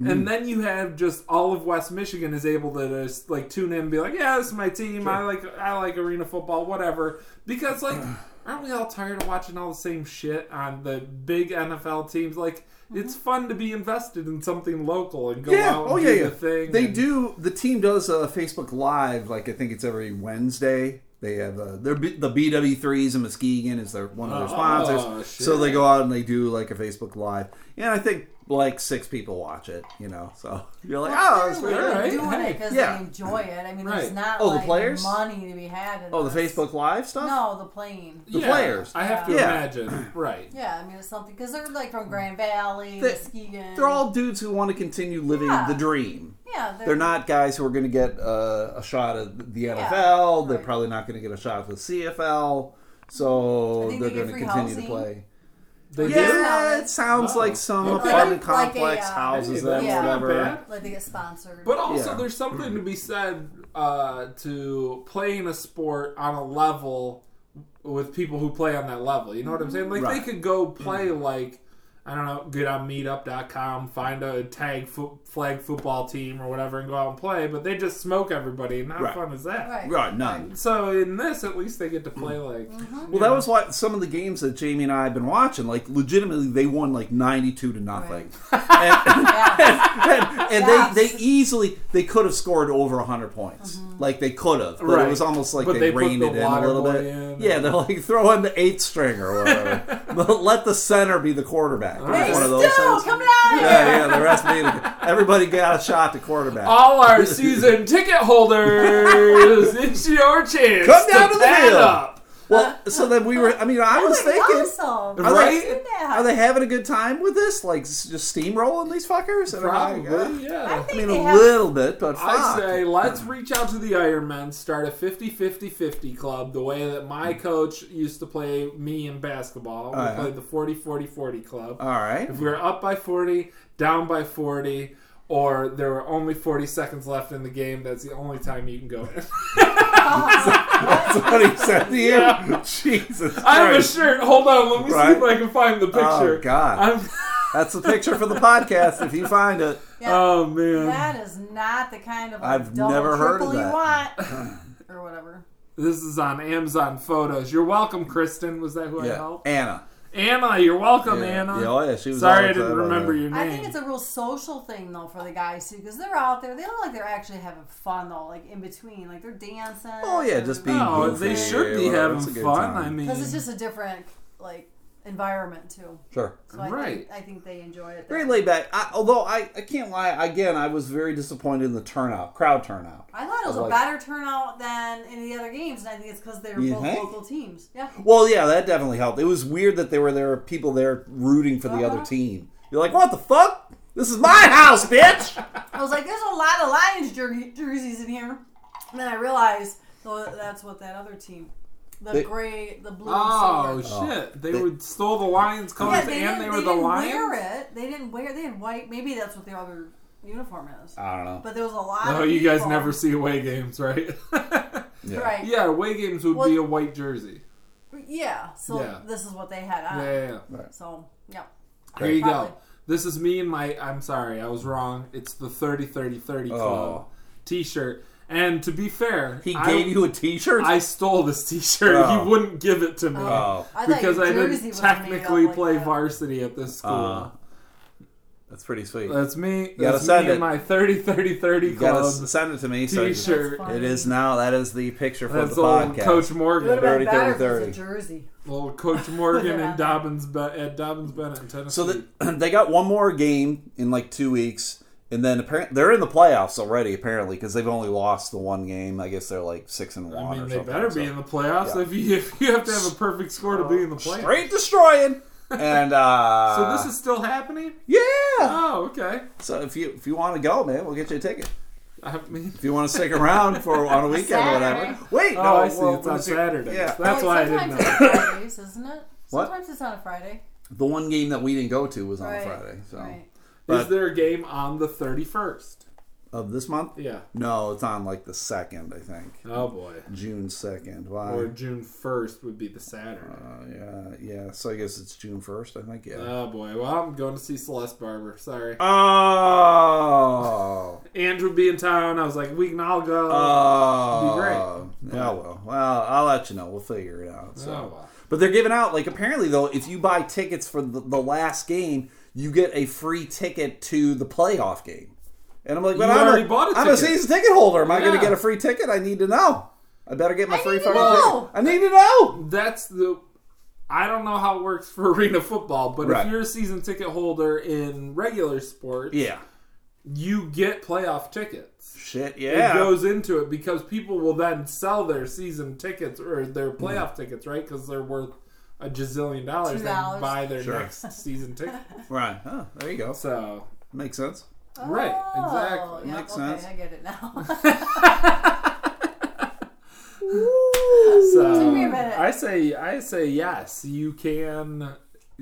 Mm. And then you have just all of West Michigan is able to just like tune in and be like, yeah, this is my team. I like I like arena football, whatever. Because [CLEARS THROAT] like, aren't we all tired of watching all the same shit on the big NFL teams? Like, it's fun to be invested in something local and go Mm-hmm. Yeah. out and Oh yeah. do yeah. the thing. they and- do. The team does a Facebook Live. Like I think it's every Wednesday. They have uh, their B- the BW threes and Muskegon is their one of their Oh, sponsors. shit. so they go out and they do like a Facebook Live, and I think like six people watch it. You know, so [LAUGHS] you're like, oh, that's Clearly weird. they're Alright, doing it hey, because yeah. they enjoy it. I mean, there's Right. not Oh, the like, players? money to be had. In Oh, the this. Facebook Live stuff. No, the plane. the players. I have to Yeah. imagine, right? Yeah, I mean it's something because they're like from Grand Valley, Mm. They- Muskegon. They're all dudes who want to continue living Yeah. the dream. yeah, They're not guys who are going to get uh, a shot at the NFL. They're right. probably not going to get a shot at the CFL. So I think they're they get going to free continue to housing. play. They do. Yeah, do? it sounds Wow. like some Like apartment a- like a, complex uh, houses Hey, them, that's Yeah. or not whatever. bad. like they get sponsored. But also, Yeah. there's something to be said uh, to playing a sport on a level with people who play on that level. You know what I'm saying? Like, Right. they could go play, like, I don't know, get on meetup.com, find a tag fo- flag football team or whatever, and go out and play, but they just smoke everybody, and how Right. fun is that? right. Right, none. So, in this, at least they get to play, like. Well, that was why some of the games that Jamie and I have been watching, like legitimately, they won like ninety-two to nothing, and, [LAUGHS] Yeah. [LAUGHS] [LAUGHS] and, and Yes. Mm-hmm. they they easily they could have scored over hundred points, like they could have, but it Right. was almost like But they, they put reined the it in a water little boy bit. in. yeah, they're like throw in the eighth stringer [LAUGHS] or whatever, but let the center be the quarterback. It was Hey, one of those Stu, things. come down here. Yeah, yeah, the rest being everybody got a shot to quarterback. All [LAUGHS] our season ticket holders, it's your chance. Come down to the pad field. up. Well, so then we were. I mean, I was Like, thinking. awesome. Are Right? they, Yeah. are they having a good time with this? Like s- just steamrolling these fuckers? And I'm like, Probably, uh, yeah. I I think mean, they a have little bit, but fuck. I say let's reach out to the Iron Men, start a 50-50-50 club the way that my coach used to play me in basketball. We Oh, yeah. played the 40-40-40 club. All right. if we were up by 40, down by 40, or there were only 40 seconds left in the game, that's the only time you can go in. [LAUGHS] That's what he said to you. Jesus I have a [LAUGHS] Christ. shirt. Hold on. Let me see if I Right. can find the picture. Oh, God. I'm, [LAUGHS] That's the picture for the podcast if you find it. Yeah. Oh, man. That is not the kind of like, mm. I've double, never heard of triple you that. want [LAUGHS] or whatever. This is on Amazon Photos. You're welcome, Kristen. Was that who I Yeah. helped? Anna. Anna, you're welcome, Yeah. Anna. Yeah, oh, yeah, she was all Sorry, I excited didn't about remember that. your name. I think it's a real social thing though for the guys too, because they're out there. They look like they're actually having fun though, like in between, like they're dancing. Oh, yeah, just being No, goofy. they should be whatever. having It's a good fun. time. I mean, because it's just a different like environment too. Sure. So I Right. Think, I think they enjoy it. Very there. laid back. I, although I, I can't lie, again, I was very disappointed in the turnout, crowd turnout. I thought it was Like- a better turnout than any of the other games, and I think it's because they were You both think? local teams. Yeah. Well, yeah, that definitely helped. It was weird that there were there were people there rooting for the other Uh-huh. team. You're like, what the fuck? This is my [LAUGHS] house, bitch. I was like, there's a lot of Lions jer- jerseys in here. And then I realized though that's what that other team, the They- gray, the blue. oh and silver. shit, they, would stole the Lions colors Yeah, and they didn't, they were the didn't Lions. wear it. They didn't wear. They had white. Maybe that's what the other uniform is. I don't know. But there was a lot. No, of Oh, you guys people- never see away games, right? [LAUGHS] Right. yeah, away games would Well- be a white jersey. Yeah, So Yeah. this is what they had Yeah, on. yeah, yeah. So yeah. Here you Probably. go. This is me and my. I'm sorry, I was wrong. It's the 30 30 30 club Oh. T-shirt. And to be fair, He I- gave you a [LAUGHS] T-shirt. I stole this T-shirt. Oh. He wouldn't give it to me Oh. I thought because your I jersey didn't was made up technically like play that. varsity at this school. Uh, That's pretty sweet. That's me. gotta That's send me it. and my 30 30 30 You gotta club s- send it to me. So I can- t-shirt. That's it is now. That is the picture for That's the old podcast. Coach It would Morgan. have been 30, better if it was 30. a jersey. Old Coach Morgan and Dobbins Be- at Dobbins Bennett in Tennessee. So Hmm. that, [CLEARS THROAT] they got one more game in like two weeks, and then apparently they're in the playoffs already. Apparently, because they've only lost the one game. I guess they're like six and one. I mean, or they something, better so. be in the playoffs if you if you have to have a perfect score to be in the playoffs. straight destroying. [LAUGHS] And uh, So this is still happening. yeah. Oh, okay. So if you if you want to go, man, we'll get you a ticket. I mean, If you want to stick around [LAUGHS] for on a weekend or Saturday. whatever. Wait, oh, [LAUGHS] no, I see. well, it's on we'll see. Saturday. Yeah. That's Hey, why I didn't sometimes know. it's Fridays, isn't it? What? Sometimes it's on a Friday. The one game that we didn't go to was on right. Friday. So Right. But- Is there a game on the 31st? of this month, Yeah. no, it's on like the second, I think, Oh boy. June second. Why? Or June 1st would be the Saturday. Uh, yeah, yeah. So I guess it's June first. I think. Yeah. Oh boy. Well, I'm going to see Celeste Barber. Sorry. Oh. Andrew be in town. I was like, we can all go. Oh. Be Yeah, well, well, I'll let you know. We'll figure it out. Oh, So. well. But they're giving out like apparently though, if you buy tickets for the, the last game, you get a free ticket to the playoff game. And I'm like, but You I'm, already a, bought a I'm a ticket. season ticket holder. Am I going to Yeah. get a free ticket? I need to know. I better get my I free need to fucking know. ticket. I need to know. That's the. I don't know how it works for [LAUGHS] arena football, but Right. if you're a season ticket holder in regular sports, Yeah. you get playoff tickets. Shit. It Yeah. goes into it because people will then sell their season tickets or their Mm-hmm. playoff tickets, right? Because they're worth a gazillion dollars $2. and buy their Sure. next season ticket. Right. Huh, there you go. So Makes sense. Right, Oh, exactly. yeah, Makes okay, sense. I get it now. [LAUGHS] So me a minute. I say I say yes, you can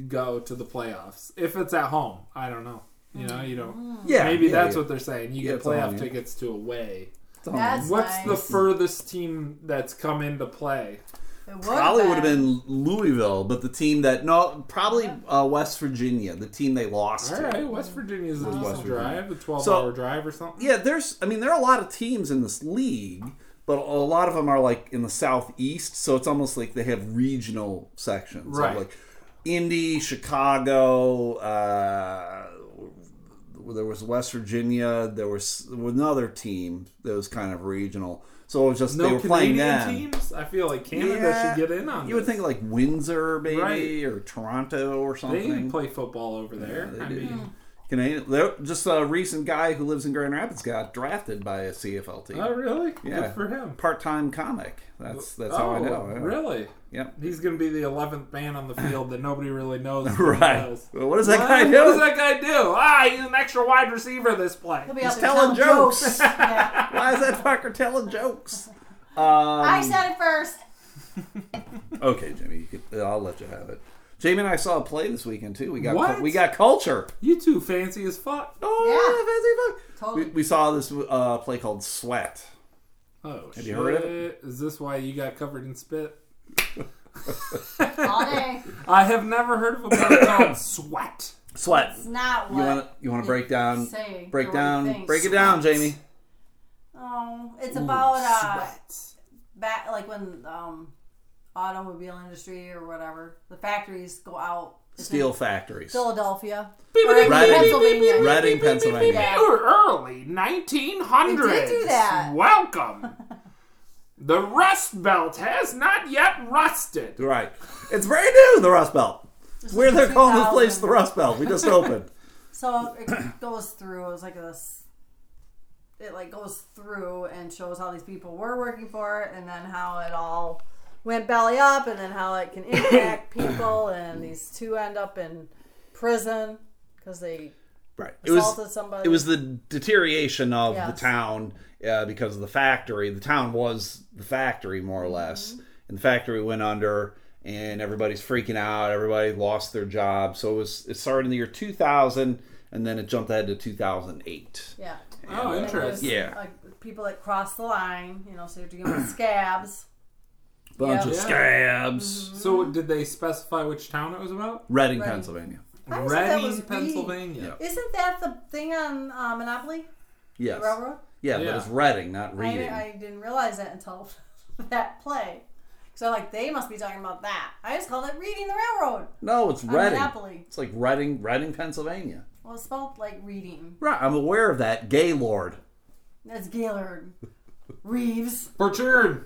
go to the playoffs if it's at home. I don't know. You know, you don't. Yeah. Maybe yeah, that's yeah. what they're saying. You Yeah, get it's on playoff you. tickets to away. It's on That's- What's the nice. furthest team that's come into play? It would Probably would have been Louisville, but the team that no, probably uh, West Virginia, the team they lost. All to. right, West Virginia's a decent West Virginia. drive, a So- twelve-hour drive or something. Yeah, there's. I mean, there are a lot of teams in this league, but a lot of them are like in the southeast, so it's almost like they have regional sections. of, Right. like Indy, Chicago. Uh, there was West Virginia. There was another team that was kind of regional. So it was just No they were playing Canadian them. teams. I feel like Canada Yeah. should get in on. You would this. think like Windsor, maybe, Right. or Toronto, or they something. didn't play football over there. they I do. mean, Canadian. there- Just a recent guy who lives in Grand Rapids got drafted by a CFL team. oh really? Yeah. Good for him. Part-time comic. That's that's how I Oh, know. yeah. Really? Yep. He's going to be the eleventh man on the field that nobody really knows. [LAUGHS] who he Right. is. Well, what does that What? guy do? What does that guy do? Ah, he's an extra wide receiver this play. He'll be out He's there telling jokes. [LAUGHS] yeah. Why is that fucker telling jokes? Um, I said it first. okay, Jimmy. You could, I'll let you have it. Jamie and I saw a play this weekend too. We got What? we got culture. You two fancy as fuck. Oh, fancy fuck. Totally. We, we saw this uh, play called Sweat. Oh, shit. you heard of Is this why you got covered in spit? All [LAUGHS] day. I have never heard of a band [COUGHS] called Sweat. Sweat. It's not You what. want to you want to break down saying, break or what you down think. break it down, Jamie. Oh, it's about uh, back like when um, automobile industry or whatever the factories go out. It's Steel in factories. Philadelphia, Reading- Reading, Pennsylvania. Reading, Pennsylvania. Yeah. You're early 1900s. They did do that. [LAUGHS] Welcome. the Rust Belt has not yet rusted. Right. It's brand new, the Rust Belt. Where they're calling this place 2000. the Rust Belt. We [LAUGHS] just opened. So it [COUGHS] goes through. It was like this. It like goes through and shows how these people were working for it, and then how it all went belly up, and then how it can impact people, and these two end up in prison because they right. It was assaulted somebody. it was the deterioration of the Yes. town uh, because of the factory. The town was the factory more or less, Mm-hmm. and the factory went under, and everybody's freaking out. Everybody lost their job. So it was it started in the year 2000, and then it jumped ahead to 2008. yeah. Oh, And it was, interesting. Yeah. Like people that cross the line, you know, so you have to give [COUGHS] them scabs. Bunch Yeah. Mm-hmm. of Yeah. scabs. So, did they specify which town it was about? Reading, Reading. Pennsylvania. I always thought that was Reading, Reed. Pennsylvania. Yeah. Isn't that the thing on uh, Monopoly? The Yes. railroad? Yeah, but Yeah. it's Reading, not I, Reading. I didn't realize that until [LAUGHS] that play. So like they must be talking about that. I just called it reading the railroad. no, it's on Reading. Monopoly. It's like Reading, Reading, Pennsylvania. Well, it's spelled like reading. Right, I'm aware of that. Gaylord. That's Gaylord Reeves. Borchern!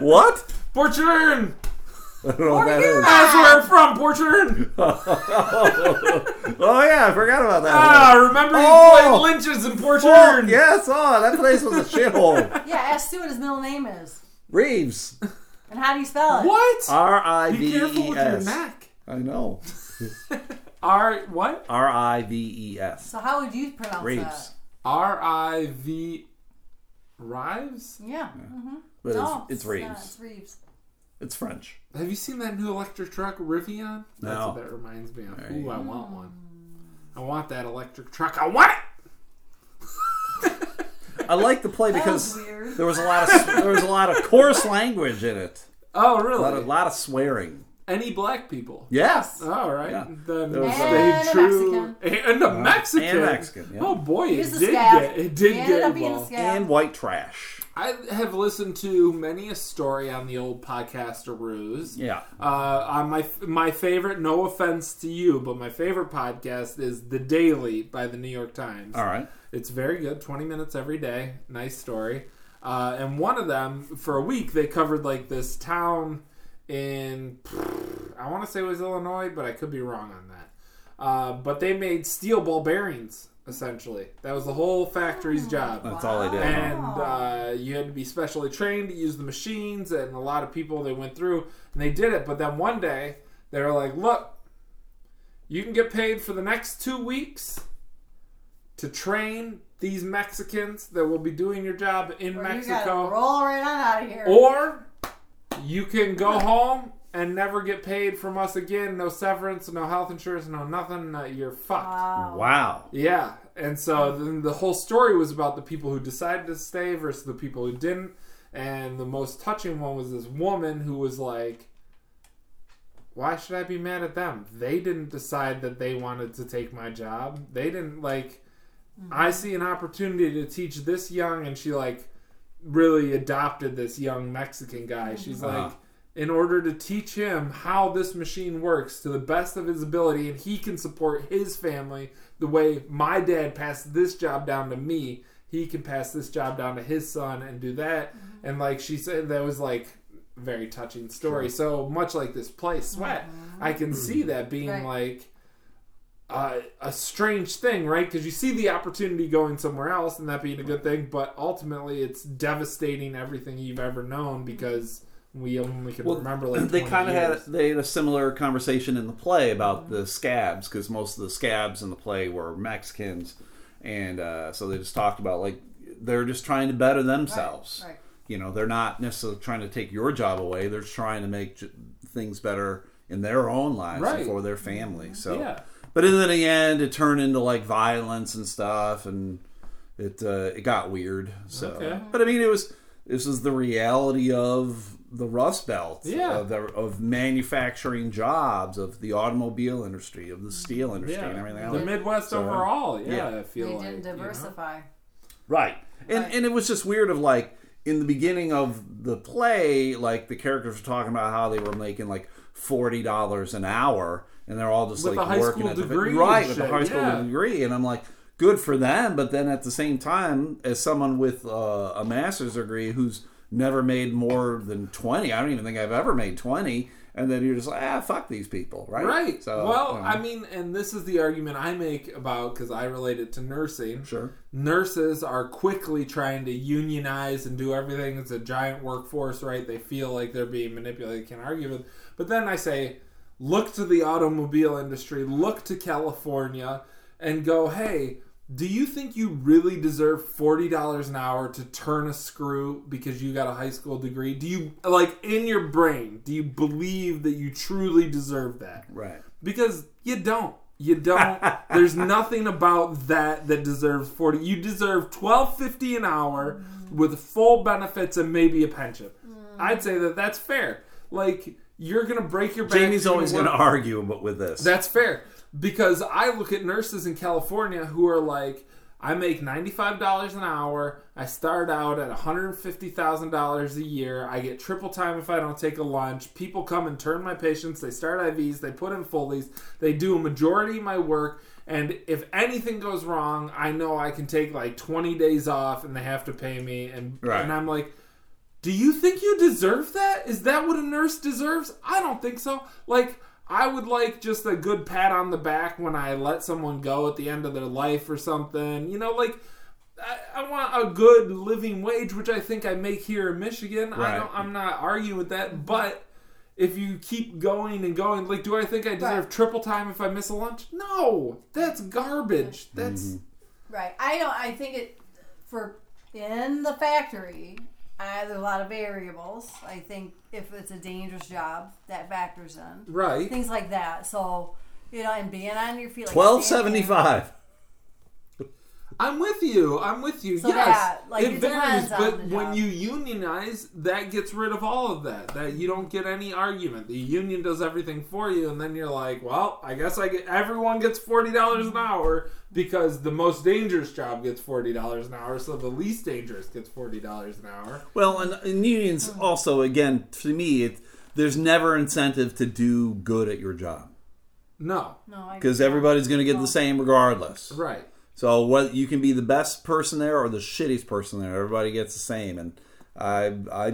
What? [LAUGHS] Borchern! I don't know what that is. [LAUGHS] That's where I'm from, Borchern! Oh yeah, I forgot about that. one. Ah, remember you Oh. played lynches in Oh, Borchern! yes, oh, that place was a [LAUGHS] shithole. Yeah, ask Sue what his middle name is. Reeves. And how do you spell it? What? R I Be Uh, V careful E with your S. neck. I know. R what? R I V E S. So how would you pronounce Reeves. that? R I V Rives? Yeah. Mm-hmm. But No, it's, it's not. Reeves. It's Reeves. It's French. Have you seen that new electric truck, Rivian? That's No. what that reminds me of. There you Ooh, I want one. I want that electric truck. I want it! I like the play That was because weird. there was a lot of there was a lot of coarse language in it. Oh, A lot of, really? lot of swearing. Any black people? Yes. All right. Yeah. Then There was uh, stay a- And a true. And a Mexican. and Mexican, yeah. Oh boy, He was it a did scab. get it He did ended get up being a involved. scab. And white trash. I have listened to many a story on the old podcastaroos. Yeah. Uh, on my my favorite, no offense to you, but my favorite podcast is The Daily by the New York Times. All right. It's very good, 20 minutes every day. Nice story. Uh, and one of them, for a week, they covered like this town in, I want to say it was Illinois, but I could be wrong on that. Uh, but they made steel ball bearings, essentially. That was the whole factory's job. That's all I did. huh? And uh, you had to be specially trained to use the machines, and a lot of people they went through and they did it. But then one day they were like, "Look, you can get paid for the next two weeks to train these Mexicans that will be doing your job in Or You gotta Mexico, Oh. roll right on out of here. or you can go home." And never get paid from us again. No severance, no health insurance, no nothing. Uh, you're fucked. Wow. Wow. Yeah, and so then the whole story was about the people who decided to stay versus the people who didn't. And the most touching one was this woman who was like, "Why should I be mad at them? They didn't decide that they wanted to take my job. They didn't like. I see an opportunity to teach this young, and she like really adopted this young Mexican guy. She's Uh-huh. like." In order to teach him how this machine works to the best of his ability, and he can support his family the way my dad passed this job down to me, he can pass this job down to his son and do that. And like she said, that was like a very touching story. So much like this play, sweat, I can see that being Right. like uh, a strange thing, right? Because you see the opportunity going somewhere else and that being a good thing, but ultimately it's devastating everything you've ever known because we only can Well, [CLEARS THROAT] remember like they kind of had they had a similar conversation in the play about the scabs because most of the scabs in the play were Mexicans, and uh, so they just talked about like they're just trying to better themselves. right. You know, they're not necessarily trying to take your job away. They're trying to make j- things better in their own lives Right. and for their family. So, Yeah. but in the end, it turned into like violence and stuff, and it uh, it got weird. So, Okay. but I mean, it was this is the reality of the Rust Belt, Yeah. of, the, of manufacturing jobs, of the automobile industry, of the steel industry, and everything yeah. else. The Midwest So, uh, overall, yeah, yeah. I They feel like didn't you know? diversify. Right. And and it was just weird of like in the beginning of the play, like the characters were talking about how they were making like forty dollars an hour and they're all just With like a high working school at the degree and right with a shit, high school yeah. degree and I'm like good for them but then at the same time as someone with uh, a master's degree who's never made more than 20 I don't even think I've ever made 20 and then you're just like ah fuck these people right Right. so uh-huh. well, you know, I mean, and this is the argument I make about because I relate it to nursing. sure Nurses are quickly trying to unionize and do everything. It's a giant workforce, right? They feel like they're being manipulated. Can't argue with. But then I say, look to the automobile industry. Look to California, and go, hey. Do you think you really deserve forty dollars an hour to turn a screw because you got a high school degree? Do you like in your brain? Do you believe that you truly deserve that? right Because you don't. You don't. [LAUGHS] There's nothing about that that deserves 40. You deserve 12.50 an hour with full benefits and maybe a pension. Mm. I'd say that that's fair. Like you're going to break your back. Jamie's you're always going work- to argue but with this that's fair because I look at nurses in California who are like, I make ninety-five dollars an hour. I start out at one hundred fifty thousand dollars a year. I get triple time if I don't take a lunch. People come and turn my patients. They start IVs. They put in Foley's. They do a majority of my work, And if anything goes wrong, I know I can take like 20 days off and they have to pay me. And, Right. and I'm like, do you think you deserve that? Is that what a nurse deserves? I don't think so. Like, I would like just a good pat on the back when I let someone go at the end of their life or something. You know, like, I, I want a good living wage, which I think I make here in Michigan. I Right. don't, I'm not arguing with that, but if you keep going and going, like, do I think I deserve Right. triple time if I miss a lunch? No, that's garbage. That's Mm-hmm. Right. I don't. I think it for in the factory. I, there's a lot of variables. I think if it's a dangerous job, that factors in right. things like that. So you know, and being on your feet. like Twelve standing- seventy five. I'm with you. I'm with you. So yes, yeah, like, it it varies, depends on but the when job. you unionize, that gets rid of all of that. That you don't get any argument. The union does everything for you, and then you're like, well, I guess I get everyone gets forty dollars Mm-hmm. an hour because the most dangerous job gets forty dollars an hour, so the least dangerous gets forty dollars an hour. Well, and, and unions also again to me, it, there's never incentive to do good at your job No, No, I- because everybody's going to get the same regardless. right. So what you can be the best person there or the shittiest person there, everybody gets the same. And I I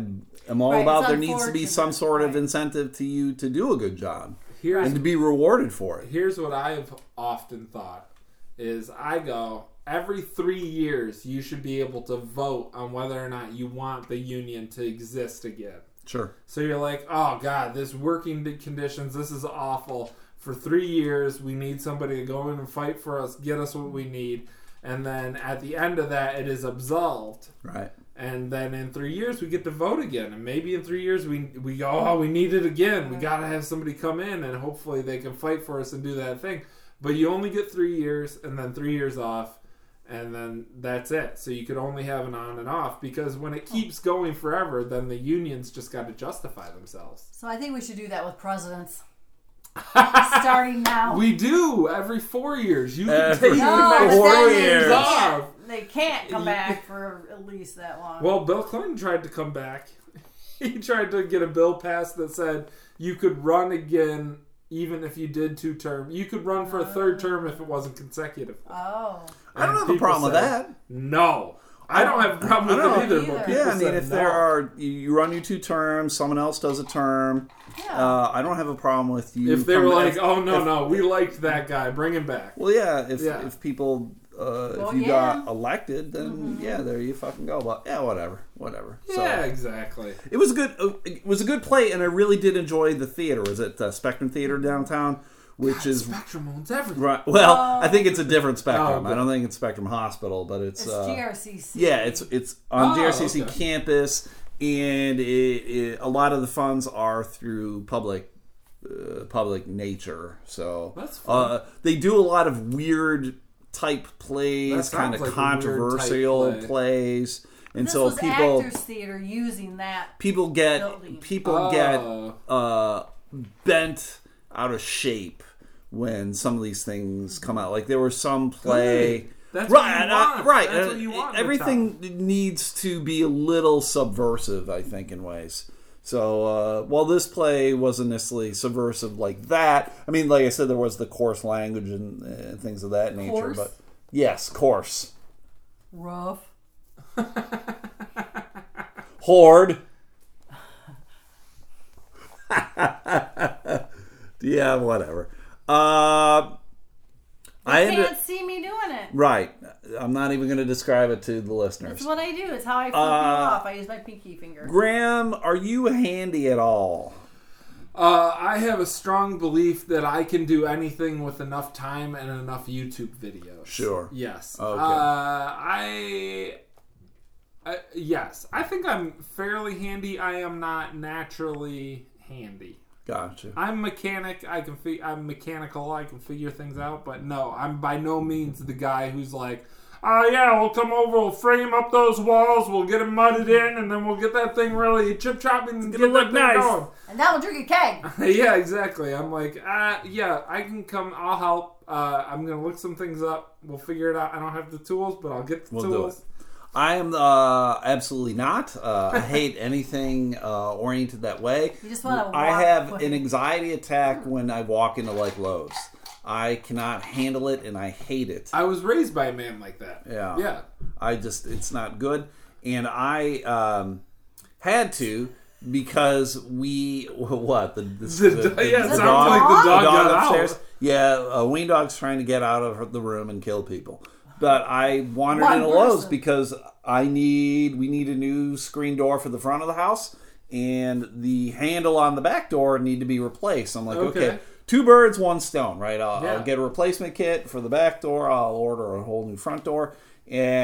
am all Right, about it's there needs to be some unfortunate, sort of right. incentive to you to do a good job Here's and to be rewarded for it. here's what I've often thought is I go every three years you should be able to vote on whether or not you want the union to exist again. Sure. So you're like, oh god, this working di- conditions, this is awful. For three years, we need somebody to go in and fight for us, get us what we need, and then at the end of that, it is absolved Right. and then in three years we get to vote again and maybe in three years we we go oh we need it again we gotta have somebody come in and hopefully they can fight for us and do that thing but you only get three years and then three years off and then that's it so you could only have an on and off because when it keeps going forever then the unions just got to justify themselves So I think we should do that with [LAUGHS] presidents. Starting now. we do every four years you can Every take [LAUGHS] no, the next but [LAUGHS] four then four they years years. off can't- They can't come Yeah. back for at least that long. Well, Bill Clinton tried to come back. [LAUGHS] He tried to get a bill passed that said you could run again even if you did two term. You could run for a third term if it wasn't consecutive. oh, I And don't have a people problem with said, that. No. I don't have a problem I with don't it either, either. but people Yeah, I mean, said if no. there are you- you run your two terms, someone else does a term. yeah. Uh, I don't have a problem with you. if they were coming- like, "Oh no, if- no, we liked that guy, bring him back," well, yeah, if Yeah. if people uh, Well, if you yeah. Mm-hmm. got elected, then yeah, there you fucking go. But yeah, whatever, whatever. yeah, So, exactly. it was a good uh, it was a good play, and I really did enjoy the theater. Was it uh, Spectrum Theater downtown, which is Spectrum owns everything. right? Well, Oh. I think it's a different Spectrum. Oh, I don't think it's Spectrum Hospital, but it's, it's uh, GRCC. yeah, it's it's on Oh, DRCC okay. campus, and it, it, a lot of the funds are through public uh, public nature. So That's fun. uh, they do a lot of weird type plays, That sounds kind of like a weird type controversial play. plays, and This so was people Actors Theater using that. people get Building. people Oh. get uh, bent out of shape when some of these things come out. Like there was some play. Good. That's what right, you uh, want. right. That's uh, what you want in the Everything needs to be a little subversive, I think, in ways. So uh, while this play wasn't necessarily subversive like that, I mean, like I said, there was the coarse language and uh, things of that nature. Coarse? But yes, coarse, Rough. horde. [LAUGHS] yeah, whatever. Uh, I You ended, can't see me doing it. right. I'm not even going to describe it to the listeners. It's what I do. It's how I flip you Uh, off. I use my pinky finger. Graham, are you handy at all? Uh, I have a strong belief that I can do anything with enough time and enough YouTube videos. Sure. Yes. Okay. Uh, I, I. Yes, I think I'm fairly handy. I am not naturally handy. Gotcha. I'm mechanic. I can. Fi- I'm mechanical. I can figure things out. But no, I'm by no means the guy who's like, oh yeah, we'll come over, we'll frame up those walls, we'll get them mudded in, and then we'll get that thing really chip chopping and get look that thing nice." going. And now we'll drink a keg. [LAUGHS] yeah, exactly. I'm like, uh, yeah, I can come. I'll help. Uh, I'm gonna look some things up. We'll figure it out. I don't have the tools, but I'll get the We'll do tools. it. I am uh, absolutely not. Uh, [LAUGHS] I hate anything uh, oriented that way. You just wanna I walk have away. an anxiety attack when I walk into like Lowe's. I cannot handle it and I hate it. I was raised by a man like that. Yeah. Yeah. I just it's not good, and I um, had to because we what the [LAUGHS] the, The do- yeah, it sounds like the dog got out. Yeah, a wing dog's trying to get out of the room and kill people. But I wandered One into Lowe's person. because I need we need a new screen door for the front of the house, and the handle on the back door need to be replaced. I'm like, okay. Okay. Two birds, one stone, right? I'll, Yeah. I'll get a replacement kit for the back door. I'll order a whole new front door,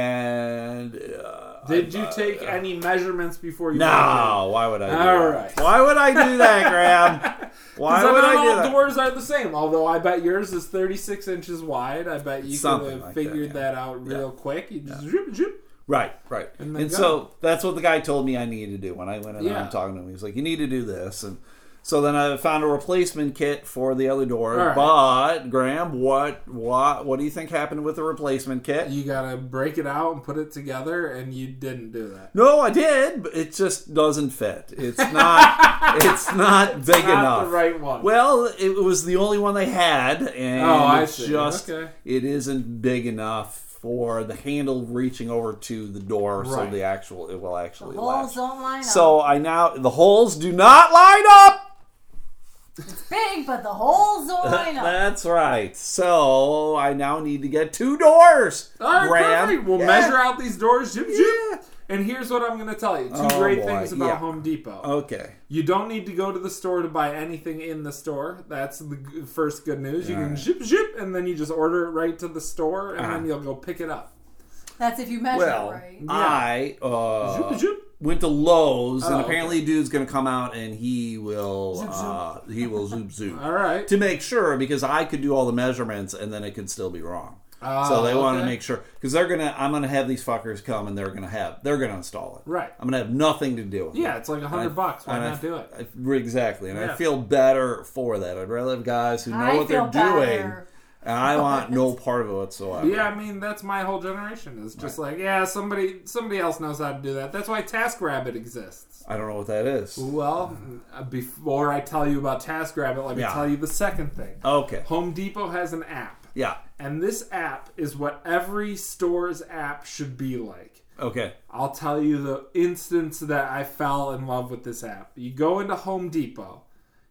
and uh, Did you take any measurements before you? no, why would I? Do All that? right. Why would I [LAUGHS] do that, Graham? Why Because would not I do all that? doors are the same. Although I bet yours is 36 inches wide. I bet you could Something have like that, figured yeah. that, out real quick. You just zip, zip. Right, right. And, then go. so that's what the guy told me I needed to do when I went in and Yeah. I'm talking to him. He was like, "You need to do this." And so then I found a replacement kit for the other door. All right. But Graham, what, what, what do you think happened with the replacement kit? You gotta break it out and put it together, and you didn't do that. No, I did, but it just doesn't fit. [LAUGHS] It's not. it's not big Not enough. the right one. Well, it was the only one they had, and Oh, I it's see. just Okay. it isn't big enough for the handle reaching over to the door, so Right. the actual it will actually Holes latch. don't line up. So I now the holes do not line up. it's big, but the holes [LAUGHS] don't line up. That's right. So I now need to get two doors. All right, Graham. perfect. We'll Yeah. measure out these doors. Zip, zip. Yeah. And here's what I'm gonna tell you: two Oh, great boy. things about Yeah. Oh. Home Depot. Okay. You don't need to go to the store to buy anything in the store. That's the g- first good news. You can zip zip, and then you just order it right to the store, and Uh-huh. then you'll go pick it up. That's if you measure Well, it right. I uh, Zip zip. went to Lowe's, Oh, and okay. apparently a dude's gonna come out and he will uh, he will zoop zoop All right. to make sure because I could do all the measurements and then it could still be wrong. Ah, so they want to okay. make sure because they're gonna I'm gonna have these fuckers come and they're gonna have they're gonna install it. Right. I'm gonna have nothing to do with it. Yeah, it's like a hundred bucks. Why And I- not do it? I- exactly, and I Yeah. feel better for that. I'd rather have guys who know I what they're feel better. doing, and I want no part of it whatsoever. Yeah, I mean that's my whole generation. It's just like yeah, somebody somebody else knows how to do that. That's why TaskRabbit exists. I don't know what that is. Well, uh, before I tell you about TaskRabbit, let me Yeah. tell you the second thing. Okay, Home Depot has an app, yeah, and this app is what every store's app should be like. okay, I'll tell you the instance that I fell in love with this app. You go into Home Depot,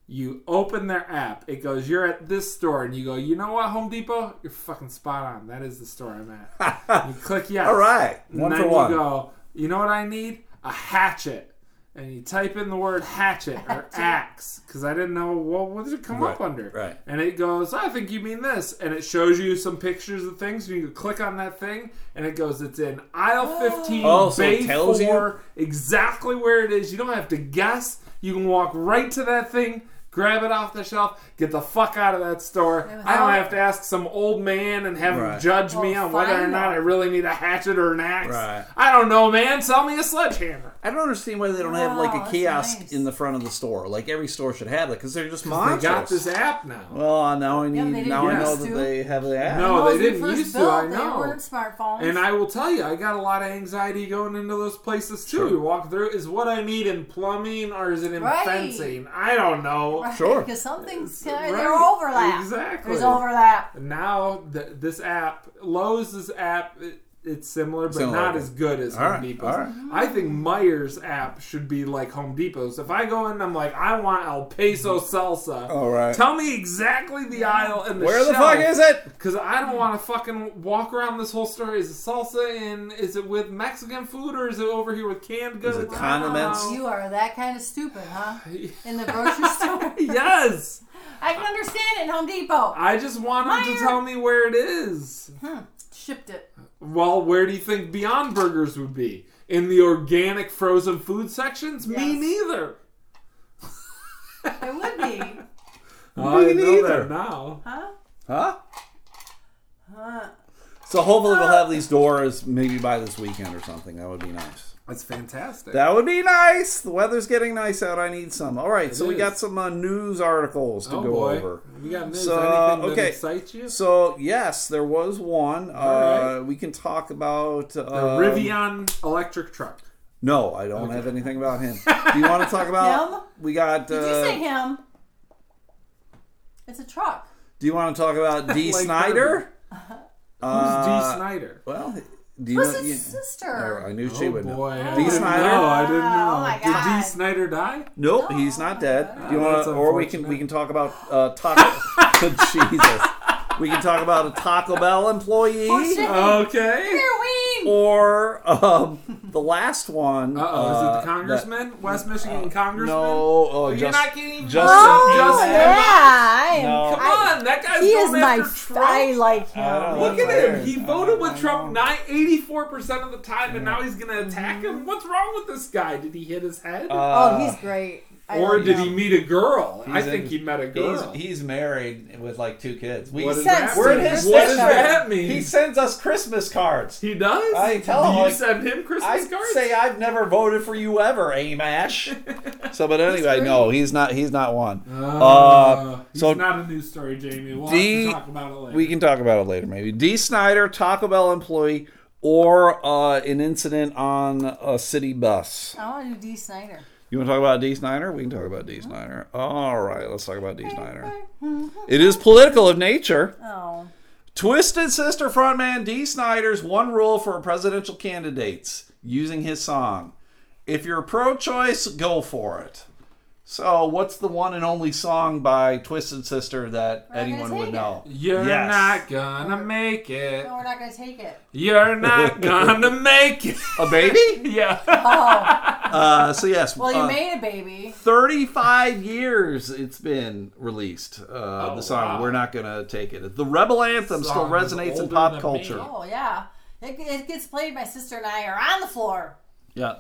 you open their app, it goes, You're at this store, and you go, You know what, Home Depot? You're fucking spot on. That is the store I'm [LAUGHS] at. you click yes. all right, And one then for you one. go, You know what I need? A hatchet. And you type in the word hatchet [LAUGHS] or axe because I didn't know what what does it come up Right, under. right. And it goes, I think you mean this, and it shows you some pictures of things. And you click on that thing, and it goes, it's in aisle fifteen, Oh, so it bay tells you? four, exactly where it is. You don't have to guess. You can walk right to that thing, grab it off the shelf, get the fuck out of that store. Yeah, but I how- don't have to ask some old man and have Right. him judge me Well, on whether or find not out. I really need a hatchet or an axe. Right. I don't know, man. Sell me a sledgehammer. I don't understand why they don't have Wow, like a that's kiosk nice. in the front of the store. Like every store should have that because they're just They monsters. got this app now. Well, now I need. they didn't now I know used that to. they have the app. No, Those they we didn't first used to, built, I they know. weren't smartphones. And [LAUGHS] I will tell you, I got a lot of anxiety going into those places too. You walk through, is what I need in plumbing or is it in Right. fencing? I don't know. Sure. Because some things can, Right. they're overlap. Exactly. There's overlap. Now th- this app, Lowe's app, it, it's similar but Similar, not okay. as good as All Home right, Depot's. all right. I think Myers app should be like Home Depot's. If I go in, and I'm like, I want El Peso salsa. All Mm-hmm. Oh, right. Tell me exactly the aisle and the Where the shelf. fuck is it? Because [LAUGHS] I don't want to fucking walk around this whole store. Is it salsa in? Is it with Mexican food or is it over here with canned goods? it condiments? Wow. You are that kind of stupid, [LAUGHS] huh? In the grocery store. yes! I can understand it in Home Depot. I just want them to Meyer. tell me where it is. Shipped it. Well, where do you think Beyond Burgers would be? In the organic frozen food sections? Me Yes. neither. It would be. Oh, I know neither. that now. Huh? Huh? Huh? So hopefully we'll have these doors maybe by this weekend or something. That would be nice. That's fantastic. That would be nice. The weather's getting nice out. I need some. All right. so we is. got some uh, news articles to oh go boy, over. we got news. So, Anything okay. that excites you? So yes, there was one. Uh, right. We can talk about uh, the Rivian electric truck. No, I don't have anything about him. Do you [LAUGHS] want to talk about? Him? We got. Did uh, you say him? It's a truck. Do you want to [LAUGHS] talk about D. Like Snyder? Who's D. Uh, Snyder? Well, do you was know? his yeah. sister. Oh, I knew she Oh would know. boy, I Oh, didn't Snyder? know. I didn't know. Wow, oh my Did God. D. Snyder die? Nope, he's not dead. Do you Oh, want that's to, or we can we unfortunate. can talk about uh, Taco. [LAUGHS] Jesus, we can talk about a Taco Bell employee, Oh, shit. Okay. Here, Ween. or um, the last one. Uh oh, is uh, it that- the congressman? West Michigan congressman? No, oh, You're just, not getting Justin Oh, Justin. yeah. I am- No. Come I- on, that guy's He is going my. after f- Trump. I like I don't him. like Look at Blair. him. He I voted know, with I Trump know. 9, 84% of the time, and now he's going to attack Mm-hmm. him? What's wrong with this guy? Did he hit his head? Oh, Uh, he's great. I or love did him. he meet a girl? I He's think in- he met a girl. He's, he's married with like two kids. We, What does sent- that we're in mean? his What does sister. that mean? He sends us Christmas cards. he does? I tell Do him, you like, send him Christmas I cards? say I've never voted for you ever, [LAUGHS] Amash. so, but anyway, no, he's not. He's not one. Uh, Uh, so- it's not a news story, Jamie. We'll D- have to talk about it later. We can talk about it later, maybe. D. Snyder, Taco Bell employee, or uh, an incident on a city bus. I want to do D. [LAUGHS] Snyder. You want to talk about D. Snyder? We can talk about D. Snyder. All right, let's talk about D. Snyder. It is political of nature. Oh. Twisted Sister frontman D. Snyder's one rule for presidential candidates using his song. If you're pro choice, go for it. So, what's the one and only song by Twisted Sister that not gonna anyone take would it. know? You're Yes. not gonna make it. No, we're not going to take [LAUGHS] it. You're [LAUGHS] not gonna make it. [LAUGHS] A baby? yeah. Oh. uh, so, yes. Well, you uh, made a baby. 35 years it's been released. Uh, Oh, the song, wow. we're not going to take it. The rebel anthem still Song is resonates in older pop than culture. me. Oh, yeah. It, it gets played. My sister and I are on the floor. Yeah.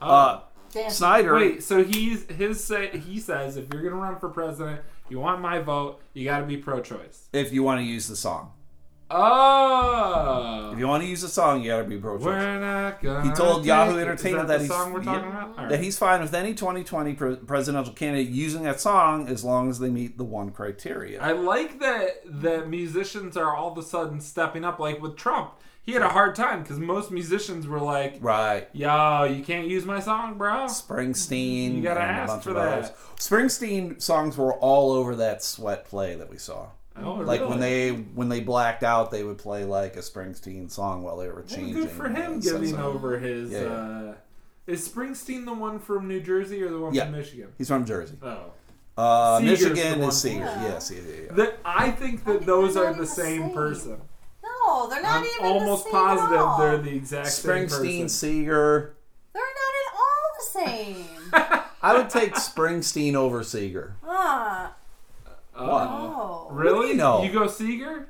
Uh, Dancing. Snyder. wait. So he's his say, he says if you're gonna run for president, you want my vote, you gotta be pro-choice. If you want to use the song, Oh. if you want to use the song, you got to be pro choice. We're not gonna. He told make Yahoo it. Entertainment Is that, that the he's- song we're talking yeah, about. All that right. he's fine with any 2020 pre- presidential candidate using that song as long as they meet the one criteria. I like that that musicians are all of a sudden stepping up. Like with Trump, he had a hard time because most musicians were like, right. "Yo, you can't use my song, bro." Springsteen. You gotta and a ask bunch for of that. others. Springsteen songs were all over that sweat play that we saw. Oh, Like really? when they when they blacked out, they would play like a Springsteen song while they were Well, changing. good for him uh, so- giving so- over his. Yeah, yeah. Uh, is Springsteen the one from New Jersey or the one Yeah. from Michigan? He's from Jersey. Oh, Uh, Seeger's Michigan the is one. Seeger. Yeah. Yes, yeah, yeah, yeah. That- I think that think those they're are not the even the same same. person. No, they're not I'm even almost the same positive at all. they're the exact same Springsteen, person. Seeger. They're not at all the [LAUGHS] same. I would take Springsteen over Seeger. uh, Oh, oh. really? you know? You go Seeger.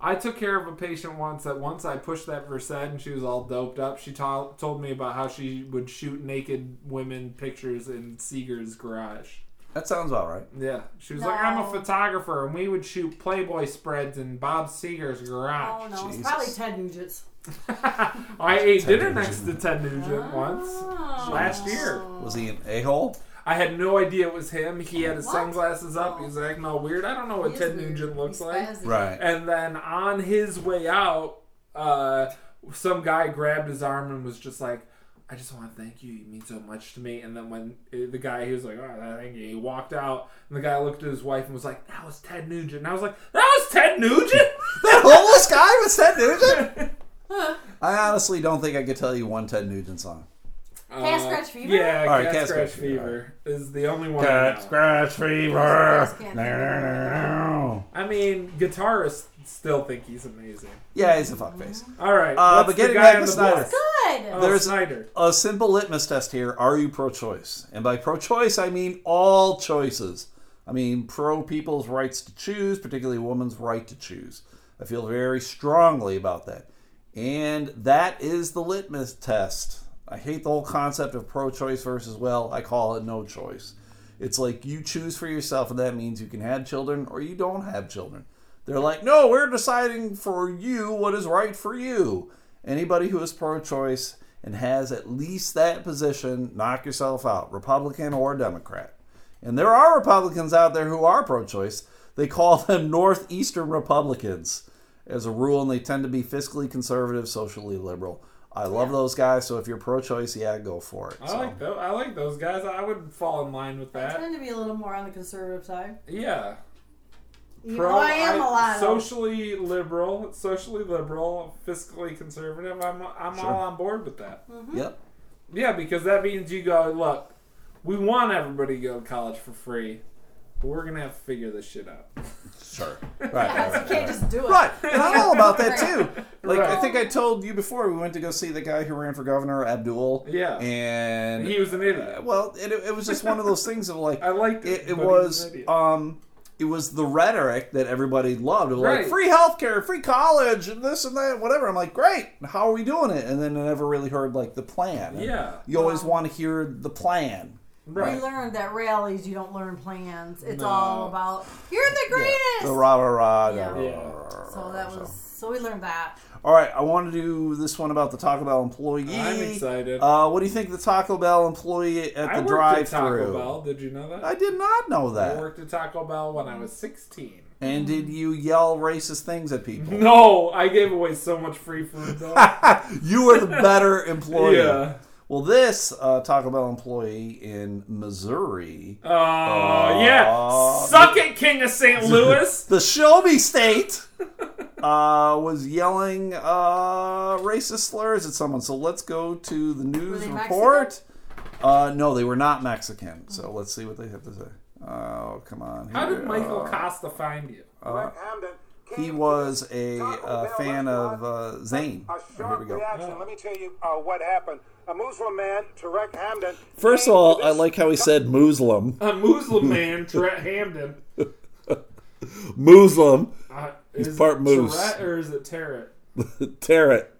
I took care of a patient once. That once I pushed that Versed, and she was all doped up. She ta- told me about how she would shoot naked women pictures in Seeger's garage. That sounds about right. Yeah, she was like, "I'm a No. photographer, and we would shoot Playboy spreads in Bob Seger's Oh, garage." no. Jesus. It's probably Ted Nugent's. [LAUGHS] I ate Ted dinner Nugent. next to Ted Nugent once Oh. last year. Was he an a hole? I had no idea it was him. He had his What? sunglasses up. He was acting all weird. I don't know what He is Ted weird. Nugent looks He's like. spazzy. Right. And then on his way out, uh, some guy grabbed his arm and was just like, I just want to thank you. You mean so much to me. And then when uh, the guy, he was like, oh, thank you. He walked out. And the guy looked at his wife and was like, that was Ted Nugent. And I was like, that was Ted Nugent? That homeless guy was Ted Nugent. I honestly don't think I could tell you one Ted Nugent song. Cat Scratch Fever? Uh, Yeah, All right, Cat, Cat Scratch, Scratch Fever is the only one. I know. Scratch [LAUGHS] Fever. I mean, guitarists still think he's amazing. Yeah, he's a fuckface. All right, Uh, what's but the getting guy back on to the Snyder. block? Good. Oh, There's- Snyder. A simple litmus test here. Are you pro choice? And by pro choice, I mean all choices. I mean pro people's rights to choose, particularly a woman's right to choose. I feel very strongly about that. And that is the litmus test. I hate the whole concept of pro choice versus, well, I call it no choice. It's like you choose for yourself, and that means you can have children or you don't have children. They're like, no, we're deciding for you what is right for you. Anybody who is pro choice and has at least that position, knock yourself out, Republican or Democrat. And there are Republicans out there who are pro choice. They call [LAUGHS] them Northeastern Republicans as a rule, and they tend to be fiscally conservative, socially liberal. I love those guys, so if you're pro choice, yeah, go for it. I So- like those. I like those guys. I would fall in line with I that. tend to be a little more on the conservative side. Yeah. You know, I am a lot of socially liberal, socially liberal, fiscally conservative. I'm I'm Sure. all on board with that. Yep. Yeah, because that means you go look. We want everybody to go to college for free, but we're gonna have to figure this shit out. [LAUGHS] Sure. Right. right, You [LAUGHS] right, can't right. just do it. Right, and I'm all about that too. Like I Right. think I told you before, we went to go see the guy who ran for governor, Abdul. Yeah. and He was an idiot. Uh, well, it, it was just one of those things of [LAUGHS] like I liked it. it, it but he was was an idiot. um it was the rhetoric that everybody loved it was like Right. free healthcare free college and this and that whatever i'm like great how are we doing it and then i never really heard like the plan And Yeah. you always want to hear the plan We right. learned that rallies, you don't learn plans. It's No. all about you're the greatest. the rah rah rah, Yeah. rah, rah, Yeah. rah, rah, so rah, that so. was so we learned that. all right i want to do this one about the taco bell employee I'm excited. uh, what do you think of the taco bell employee at I the worked drive at Taco through Bell. Did you know that? i did not know I that worked at Taco Bell when I was 16. and did you yell racist things at people No, I gave away so much free food though. [LAUGHS] Uh, you were the better [LAUGHS] employee yeah. Well, this uh, Taco Bell employee in Missouri, uh, Oh, yeah. Suck it, King of [LAUGHS] St. Louis. the Show Me State, [LAUGHS] uh, was yelling uh, racist slurs at someone. So let's go to the news they report. Uh, no, they were not Mexican. So let's see what they have to say. Oh, come on. How Here, did Michael uh, Costa find you? Brett Hamden He came was to a, Taco uh Bell fan restaurant. of uh, Zayn. Oh, A Here sharp we go. reaction. Let me tell you uh, what happened. A Muslim man, Tarek Hamden. First came of to all, I this- like how he said Muslim. A [LAUGHS] Muslim man, Tourette Hamden. Muslim. Uh, He's part moose. Tourette or is it Tarot? Tear it.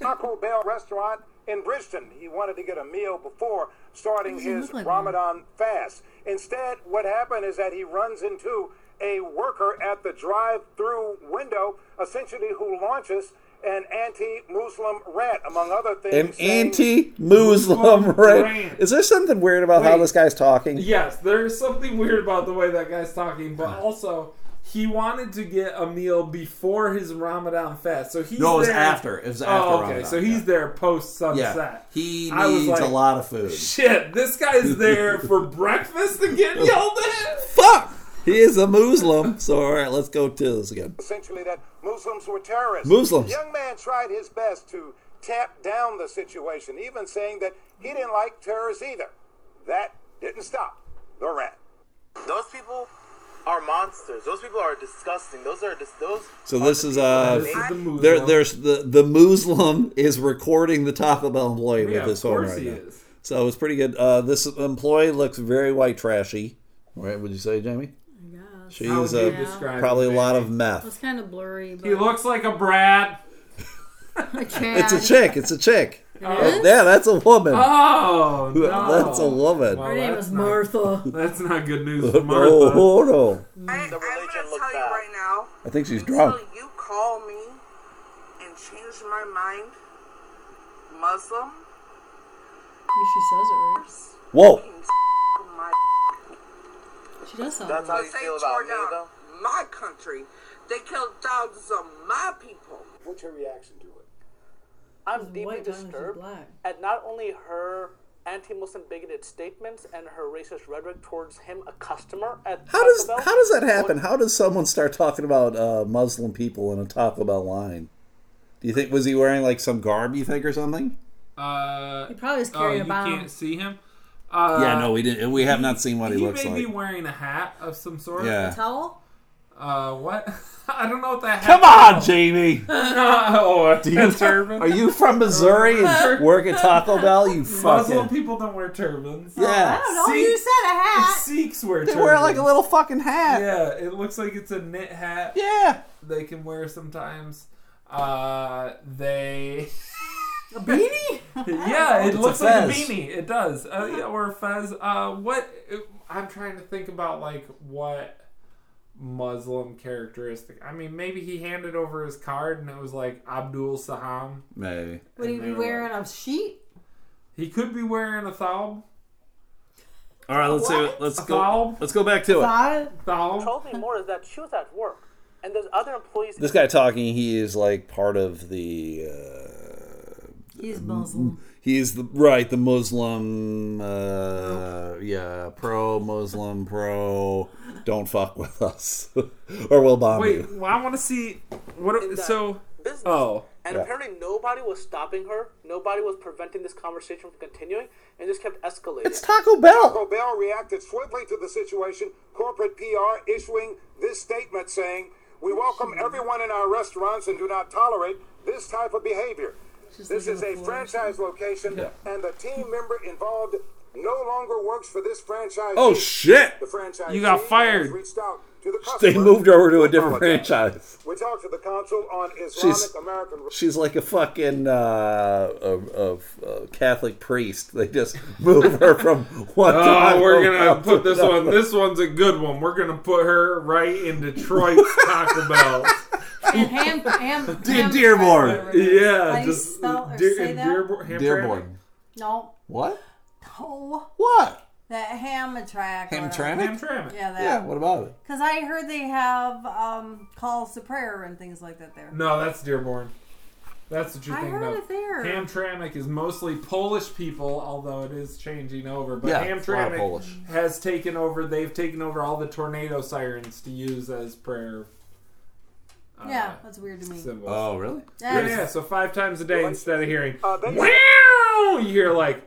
Taco Bell restaurant in Bridgeton. He wanted to get a meal before starting Doesn't his look like Ramadan fast. Instead, what happened is that he runs into a worker at the drive-through window, essentially who launches an anti-Muslim rant, among other things. an saying- anti-Muslim rant. rant. Is there something weird about how Wait. this guy's talking? Yes, there's something weird about the way that guy's talking, but also he wanted to get a meal before his Ramadan fast. So he's No, it was there- after. It was after Oh, okay. Ramadan, so yeah. he's there post sunset. he I was needs a like- lot of food. Shit, this guy's there for breakfast and [LAUGHS] getting yelled at. Fuck. He is a Muslim. So all right, let's go to this again. essentially that Muslims were terrorists. Muslims. The young man tried his best to tap down the situation, even saying that he didn't like terrorists either. That didn't stop the rant. Those people are monsters. Those people are disgusting. Those are dis- those. So this is uh, This is the Muslim. there, there's the the Muslim is recording the Taco Bell employee yeah, with his of phone course right he now. is. So it was pretty good. Uh, this employee looks very white trashy. Right? Would you say, Jamie? Yes. She How is would you uh, describe probably a him, lot Jamie? of meth. It's kind of blurry, but He looks like a brat. [LAUGHS] It's a chick. It's a chick. Oh, Yeah, that's a woman. oh, no. That's a woman. Wow. Her name That's is not- [LAUGHS] Martha. That's not good news [LAUGHS] for Martha. Oh, oh, no. I, religion I'm gonna looked tell you bad. right now. I think she's Until drunk. you call me and change my mind, Muslim, She says it right. Whoa. you can my She does sound. That's That's how you they feel tore about me, down though. my country. They killed thousands of my people. What's your reaction to it? I'm deeply white diamonds and disturbed black. at not only her anti-Muslim bigoted statements and her racist rhetoric towards him, a customer at How Taco does Bell, how does that happen? How does someone start talking about uh, Muslim people in a Taco Bell line? Do you think was he wearing like some garb? You think or something? Uh, He probably is oh, carrying you a bomb. can't see him. Uh, yeah, no, we didn't. We have not seen what he, He looks may like. be wearing a hat of some sort. yeah. Towel? Uh, what? [LAUGHS] I don't know what that. Come hat- on, Jamie. [LAUGHS] Oh, [LAUGHS] a turban. Are you from [LAUGHS] Missouri and work at Taco Bell? You Muslim fucking people don't wear turbans. I don't yeah. know. See- you said a hat. [LAUGHS] Sikhs wear They turbans. wear like a little fucking hat. Yeah, it looks like it's a knit hat. Yeah. They can wear sometimes. Uh, they. [LAUGHS] A beanie? Yeah, it a looks like a fez. beanie. It does. Uh, yeah, or a fez. Uh, what? I'm trying to think about like what Muslim characteristic. I mean, maybe he handed over his card and it was like Abdul Saham. Maybe. Would he be wearing a sheet? He could be wearing a thawb. All right, let's What? Let's Thawb. Let's go back to it. Thought Thawb. What told me more is that she was at work, and there's other employees. This guy talking, he is like part of the uh, He's Muslim. He is the right the Muslim, uh, yeah, pro Muslim, pro. Don't fuck with us, [LAUGHS] or we'll bomb Wait, you. well, I want to see what. In the so, business. oh, And Yeah. apparently nobody was stopping her. Nobody was preventing this conversation from continuing, and just kept escalating. It's Taco Bell. Taco Bell reacted swiftly to the situation, corporate PR issuing this statement saying, We welcome everyone in our restaurants and do not tolerate this type of behavior. Just This looking is at a the floor. franchise location, and the team member involved no longer works for this franchise. Oh shit! The franchise You got fired. Reached out to the They customer. moved over to a different franchise. We talked to the council on Islamic She's- American. She's like a fucking uh, a, a, a Catholic priest. They just move her from [LAUGHS] one. oh, Taco we're gonna Bell put to [LAUGHS] this another. one. This one's a good one. We're gonna put her right in Detroit's Taco Bell. And ham, ham, ham Dearborn. fries, whatever it is. How Yeah, do you just spell or Dear- say that? Dearborn- Hamtramck? Dearborn. No. What? Oh, What? that ham attract. or whatever. Hamtramck? Hamtramck. Yeah, Yeah. that. What about it? Because I heard they have um, calls to prayer and things like that there. No, that's Dearborn. That's what you're I thinking heard of. it there. Hamtramck is mostly Polish people, although it is changing over. But Yeah, it's a lot of Hamtramck Polish. has taken over. They've taken over all the tornado sirens to use as prayer uh, yeah, that's weird to me. symbols. Oh, really? yeah, That's- yeah, so five times a day instead of hearing Uh, they- wow, you hear like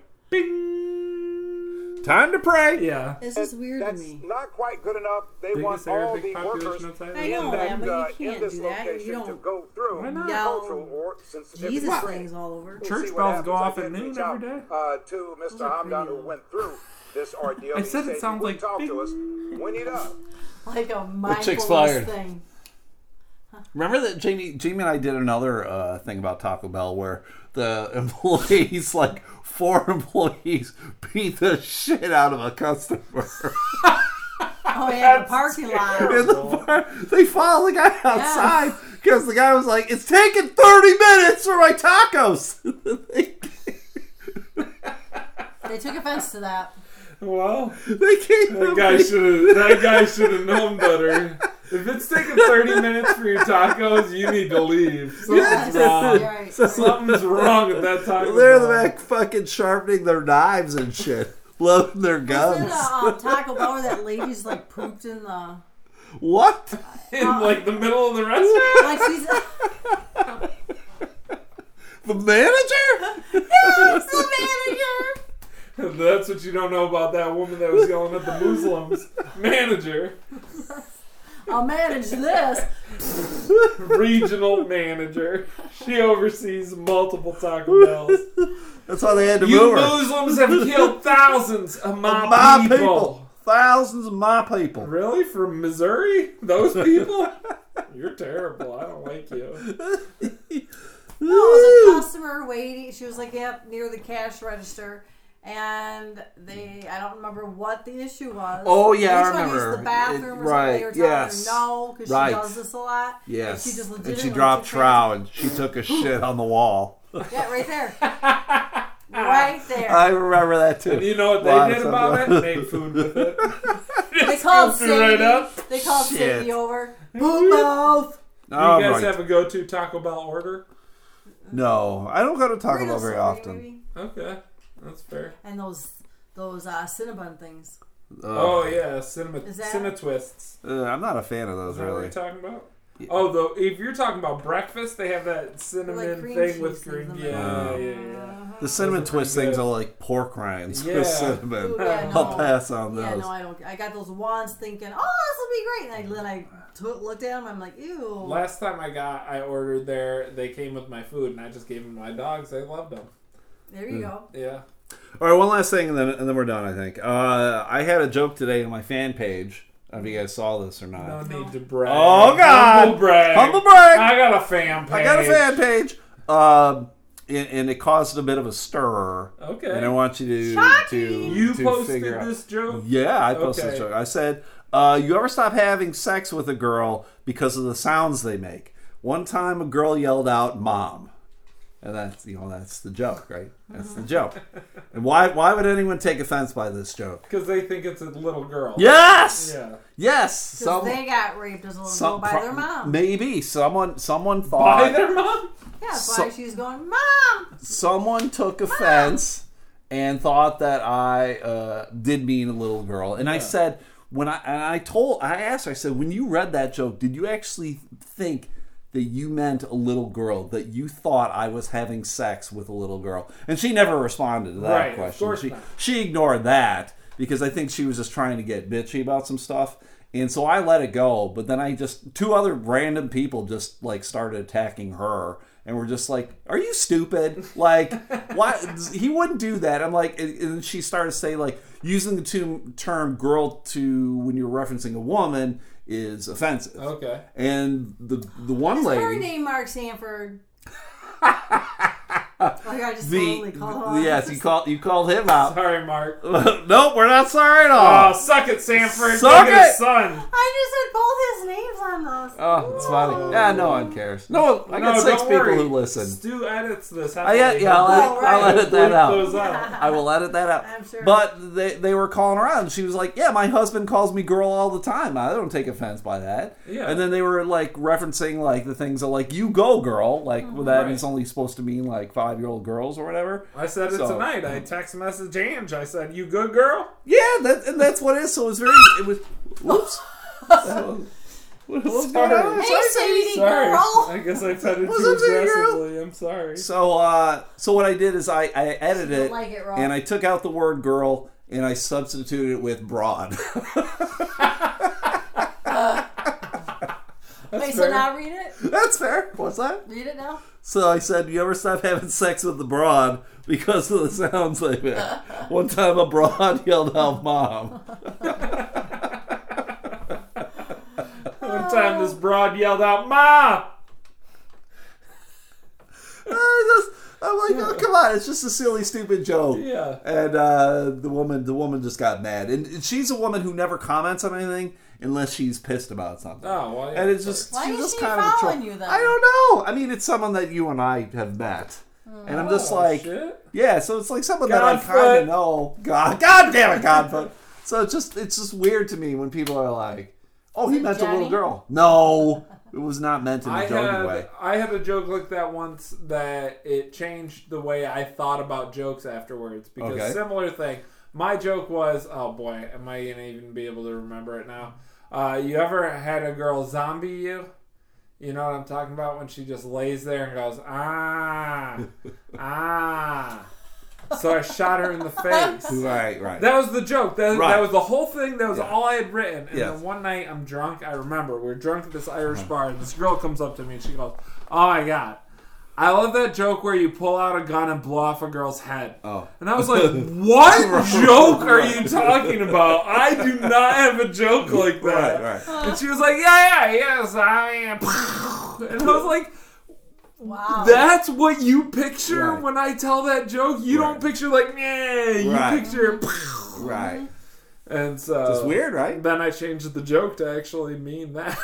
bing. Time to pray. Yeah. This is weird to That's me. not quite good enough. They want Biggest all Arabic the workers population outside of I Israel. know that, and, uh, but you in can't this do that. You location to don't go through Why not? cultural or sensitivity Jesus training. things all over. We'll Church see what bells go happens. I off at did noon reach out, every day. Uh, to Mr. are pretty Hamdan, who loud. went through [LAUGHS] this ordeal. I He said it he sounds wouldn't like talk to us when he does. Like a mindfulness chick's fired. thing. Remember that Jamie, Jamie and I did another uh, thing about Taco Bell where the [LAUGHS] employees, like four [LAUGHS] employees, beat the shit out of a customer. Oh yeah, the parking lot. In the bar. They followed the guy outside because the guy was like, "It's taking thirty minutes for my tacos." [LAUGHS] they, They took offense to that. Well, they came. that guy should have that guy should have known better. If it's taking 30 minutes for your tacos, you need to leave. Something's Yes, wrong. you're right. you're right. Something's wrong at that time. They're in the back fucking sharpening their knives and shit, [LAUGHS] loading their Wasn't guns. it a um, Taco Bell where that lady's like pooped in the What? in like the middle of the restaurant. like she's [LAUGHS] The manager? It's the manager. That's what you don't know about that woman that was yelling at the Muslims. Manager, I'll [LAUGHS] manage this. regional manager. She oversees multiple Taco Bells. That's why they had to You move her. Muslims have killed thousands of my, my people. people. Thousands of my people. Really? From Missouri? Those people? You're terrible. I don't like you. No, it was a customer waiting. She was like yeah, near the cash register, and they I don't remember what the issue was. Oh, yeah, I They tried to use remember. the bathroom It- or something. They right, were telling yes. her no because Right. she does this a lot. and Yes. she just and she legitimately dropped took her- trow and she took a shit on the wall. Yeah, right [LAUGHS] there. right there. I remember that too. And you know what they Wow, did that's about not- it? Made food with it. [LAUGHS] they called scooped it right Sadie. up. They called Shit. Sadie over. Boom mouth. Do All you guys right. have a go-to Taco Bell order? no, I don't go to Taco Bell Burrito very something, often. maybe. Okay, that's fair. And those those uh, cinnamon things. Oh yeah, cinema Is that- cinema twists. Uh, I'm not a fan of those Is that what really. you're talking about? Oh, though if you're talking about breakfast, they have that cinnamon cream thing with cheese green. things in Uh, Yeah, yeah, there. yeah, The cinnamon Those are pretty twist things good. are like pork rinds Yeah. with cinnamon. Ooh, yeah, I'll no. pass on Yeah, those. no, I don't. I got those wands thinking, oh, this will be great. And I, then I took, looked at them. I'm like, ew. Last time I got, I ordered there. They came with my food, and I just gave them my dogs. They loved them. there hmm. you go. Yeah. All right, one last thing, and then and then we're done. I think. Uh, I had a joke today on my fan page. I don't know if you guys saw this or not. No need to brag. Oh, God. Humble brag. Humble brag. I got a fan page. I got a fan page. Um, and, and it caused a bit of a stir. Okay. And I want you to Shocking. to You to posted figure out- this joke. Yeah, I posted this Okay. joke. I said, uh, "You ever stop having sex with a girl because of the sounds they make?" One time, a girl yelled out "mom," And that's you know that's the joke, right? That's the [LAUGHS] joke. And why why would anyone take offense by this joke? Because they think it's a little girl. Yes, Yeah. yes. 'Cause Some, they got raped as a little girl some by pro- their mom. Maybe someone someone thought By their mom? yeah, that's so- why she's going, Mom! someone took offense and thought that I uh, did mean a little girl. And I said when I and I told I asked her, I said when you read that joke, did you actually think that you meant a little girl that you thought I was having sex with a little girl? And she never responded to that Right, of question. course she not. she ignored that because I think she was just trying to get bitchy about some stuff. And so I let it go, but then I just two other random people just like started attacking her and were just like, "Are you stupid? [LAUGHS] Like, why he wouldn't do that?" I'm like, and, and she started to say like using the tu- term "girl" to when you're referencing a woman is offensive. Okay. And the the one Her lady, name, Mark [LAUGHS] Sanford. like, I just the, totally called her. yes, you called you called him out. [LAUGHS] [LAUGHS] Sorry, Mark. Oh. nope, we're not sorry at all. Oh, suck it, Sanford. Suck Look at his it! Son. I just had both his names on those. Oh, it's funny. Yeah, no one cares. No, I got No, 6 don't people worry. who listen. Stu edits this. I got, yeah, I'll, Oh, edit, I'll right. edit that Those out. out. [LAUGHS] I will edit that out. I'm sure. But they, they were calling around. She was like, "Yeah, my husband calls me girl all the time. I don't take offense by that." Yeah. And then they were like referencing like the things that like "you go girl," like with that Oh, Right. it's only supposed to mean like five year old girls or whatever. I said it So- tonight. I text messaged Ange. I said, "You good, girl?" Yeah, that, and that's what it is. So it was very. It was. [LAUGHS] Whoops. That was- what was going on? Sorry. Hey, Sadie Sorry. girl! I guess I said it What's too up, Sadie girl? aggressively. I'm sorry. So uh, so what I did is I, I edited it, like it raw. and I took out the word girl and I substituted it with broad. [LAUGHS] Wait, so now read it? That's fair. What's that? Read it now? So I said, "You ever stop having sex with the broad because of the sounds they make?" [LAUGHS] One time, a broad [LAUGHS] yelled out, "Mom!" One time, this broad yelled out, "Ma!" I just, I'm like, "Oh, come on! It's just a silly, stupid joke." Yeah. And uh, the woman, the woman just got mad, and she's a woman who never comments on anything unless she's pissed about something. Oh, well, yeah, and of it's just Why she's is just she kind of a troll. following you, then? I don't know. I mean, it's someone that you and I have met, and I'm just Oh, like, shit. yeah. So it's like someone that I Godfoot. kind of know. God, God damn it, Godfoot. so it's just it's just weird to me when people are like, oh, he it meant a little Johnny? girl. No, it was not meant in a I joking had way. I had a joke like that once that it changed the way I thought about jokes afterwards because Okay. similar thing. My joke was, oh boy, am I gonna even be able to remember it now? Uh, you ever had a girl zombie you? You know what I'm talking about when she just lays there and goes [LAUGHS] ah ah. So I shot her in the [LAUGHS] face. Right, right. [LAUGHS] That was the joke. That, Right. that was the whole thing. That was Yeah. all I had written. And Yes. Uh-huh. then one night I'm drunk. I remember we're drunk at this Irish bar, and this girl comes up to me and she goes, "Oh my god." I love that joke where you pull out a gun and blow off a girl's head. Oh. And I was [LAUGHS] like, what joke are you talking about? I do not have a joke like that. Right, And she was like, yeah, yeah, yes, I am. And I was like, Wow. that's what you picture Right. when I tell that joke. You Right. don't picture like, yeah, you Right. picture. right. And so It's weird, right? Then I changed the joke to actually mean [LAUGHS] that.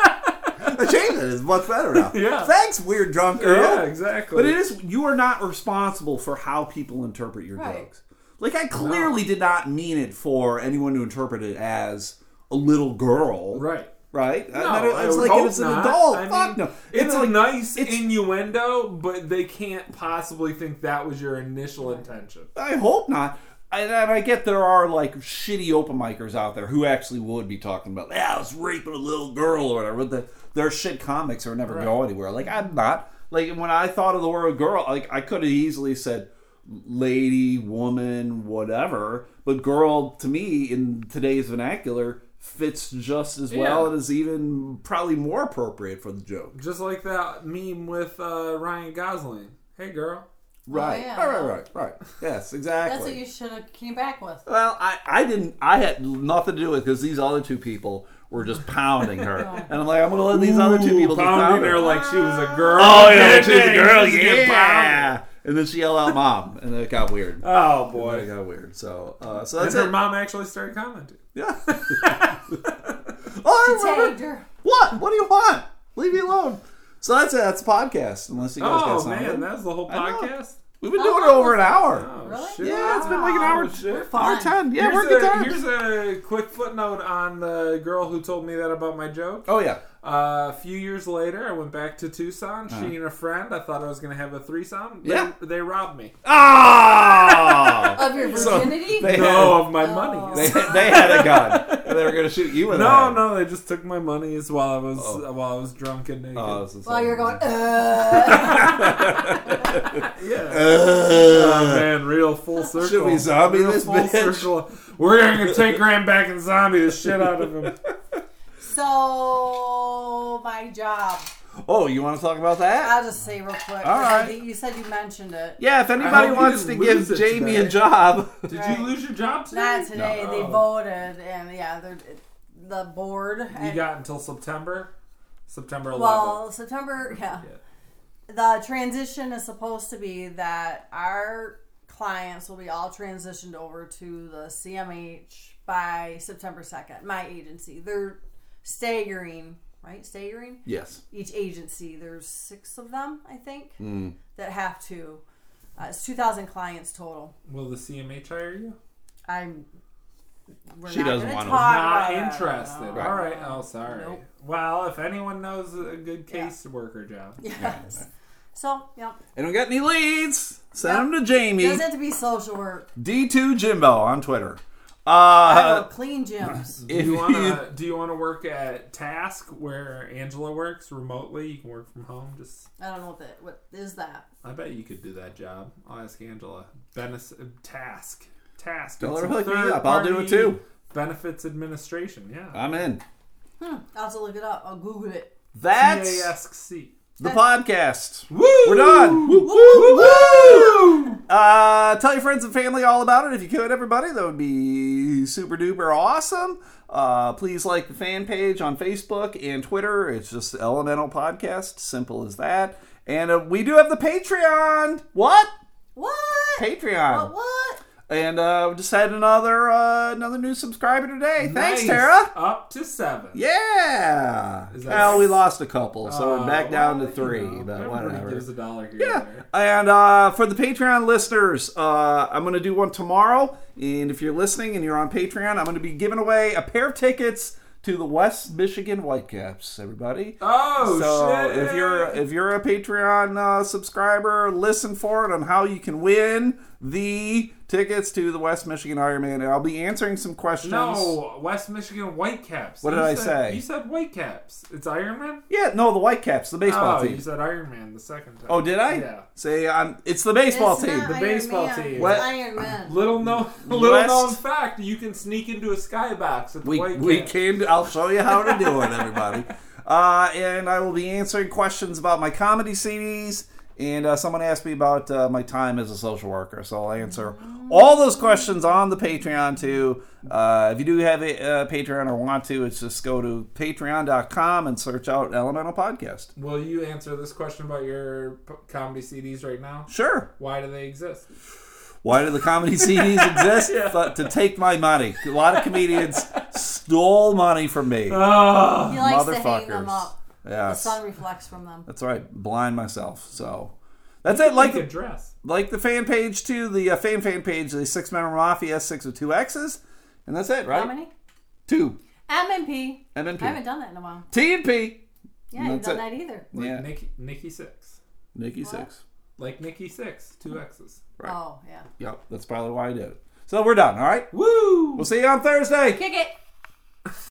I changed it. It's much better now. [LAUGHS] Yeah. Thanks, weird drunk girl. yeah, exactly. But it is you are not responsible for how people interpret your Right. jokes. Like I clearly did not mean it for anyone to interpret it as a little girl, right. Right? No, I it's would like hope it's an not. adult. I Fuck mean, no. It's, And a like, nice it's- innuendo, but they can't possibly think that was your initial intention. I hope not. And, and I get there are like shitty open micers out there who actually would be talking about, yeah, I was raping a little girl or whatever. The, their shit comics are never go anywhere. Like I'm not. Like when I thought of the word girl, like I could have easily said lady, woman, whatever. But girl to me in today's vernacular fits just as well Yeah. and is even probably more appropriate for the joke. Just like that meme with uh, Ryan Gosling. Hey, girl. Right. Oh, yeah. Right, right, right, right. Yes, exactly. That's what you should have came back [LAUGHS] with. Well, I, I didn't. I had nothing to do with because these other two people were just pounding [LAUGHS] her, and I'm like, I'm gonna let these other two Ooh, people just pound pounding her. her like she was a girl. oh yeah, Get she's a it, girl, she's getting pounded. yeah. And then she yelled out, "Mom," and then it got weird. Oh It boy. got weird. So, uh, so And that's her it. mom actually started commenting. [LAUGHS] yeah. [LAUGHS] oh, I remember. Tagged her. What? What do you want? Leave me alone. So that's it. That's a podcast. Unless you guys got Oh something. man, that was the whole I know. podcast. We've been doing it over an hour. Oh Really? shit. Yeah, it's been like an hour, Oh, shit. hour Fun. ten. Yeah, here's, we're good a, times. here's a quick footnote on the girl who told me that about my joke. [LAUGHS] Oh yeah. Uh, a few years later, I went back to Tucson. She and a friend. I thought I was gonna have a threesome. They- Uh-huh. Yeah. they, robbed me. Ah. Of your So, virginity? they- No, of my Oh. money. they, [LAUGHS] they had a gun. And [LAUGHS] they were gonna shoot you with it. No, no, they just took my monies while I was while I was drunk and naked. Oh, this is While you're [LAUGHS] going, something. uh, yeah. Oh, Uh, man, real full circle. should we zombie Real this full bitch? circle. We're gonna take Graham back and zombie the shit out of [LAUGHS] him. so my job. Oh, you want to talk about that? I'll just say real quick. All right. I think you said you mentioned it. Yeah, if I hope anybody you wants to didn't give lose it Jamie a today. job, Did Right. you lose your job today? Not today. They No. voted, and yeah, they're, the board. You and- got until September, September 11th. well, September. Yeah. The transition is supposed to be that our clients will be all transitioned over to the CMH by September second. My agency, they're staggering, right? Staggering. [LAUGHS] yes. each agency. There's six of them, I think, Hmm. that have to. Uh, it's 2,000 clients total. Will the CMH hire you? I'm. We're She not doesn't gonna want to- talk Not about it. interested. No. All right. Oh, sorry. Nope. Well, if anyone knows a good case worker job, Yes. So, yeah. And we got any leads? Send them to Jamie Doesn't have to be social work. D2 Jimbo on Twitter. I Uh, will clean [CLEARS THROAT] gyms. do if you you want [LAUGHS] to do you want to work at Task where Angela works remotely? You can work from home. Just I don't know what that. What is that? I bet you could do that job. I'll ask Angela. Benef- Task. Task. Tell It's her a to hook me third up. I'll do it party too. Uh, Benefits administration. Yeah. I'm in. I'll have to look it up. I'll Google it. That's TASC. the podcast. Woo! We're done. Woo, woo, woo. Uh, tell your friends and family all about it if you could, everybody. That would be super duper awesome. Uh, please like the fan page on Facebook and Twitter. It's just the Elemental Podcast. Simple as that. And uh, we do have the Patreon. What? What? Patreon. What? What? And uh, we just had another uh, another new subscriber today. Thanks, Nice. Tara. Up to seven. Yeah. Is that- Well, we lost a couple, so we're back Uh, down well, to you three. know, but everybody whatever. gives a dollar here. Yeah. and there. And uh, for the Patreon listeners, uh, I'm going to do one tomorrow. And if you're listening and you're on Patreon, I'm going to be giving away a pair of tickets to the West Michigan Whitecaps, everybody. Oh so shit! if you're if you're a Patreon uh, subscriber, listen for it on how you can win the tickets to the West Michigan Ironman. And I'll be answering some questions. no West Michigan Whitecaps. What You did I said- say? You said Whitecaps. It's Iron Man. Yeah, no, the Whitecaps, the baseball Oh, team. you said Iron Man the second time. Oh, did I? Yeah. Say I'm. It's the baseball It's team. not the Iron baseball Man. team. It's What? Iron Man. Little known, [LAUGHS] little known West- fact: you can sneak into a skybox at the we, Whitecaps. we can do- I'll show you how to do it, everybody. Uh, and I will be answering questions about my comedy CDs. And uh, someone asked me about uh, my time as a social worker, so I'll answer all those questions on the Patreon too. Uh, if you do have a uh, Patreon or want to, it's just go to patreon.com and search out Elemental Podcast. Will you answer this question about your p- comedy CDs right now? Sure. Why do they exist? Why do the comedy CDs exist? But to take my money. A lot of comedians stole money from me. He likes to hang them Motherfuckers. up. The Yes. sun reflects from them. That's right. Blind myself. So that's it. Like Like a the, dress. like the fan page too. The uh, fan fan page. The six member mafia. Six with two X's. And that's it, right? How many? Two. MNP. I haven't MNP. done that in a while. TNP. Yeah, I haven't That's done that either. Yeah. Nikki, Nikki Six. Nikki six. Like Nikki Six, two X's. Right. Oh, yeah. Yep. That's probably why I did it. So we're done. All right. Woo! We'll see you on Thursday. Kick it.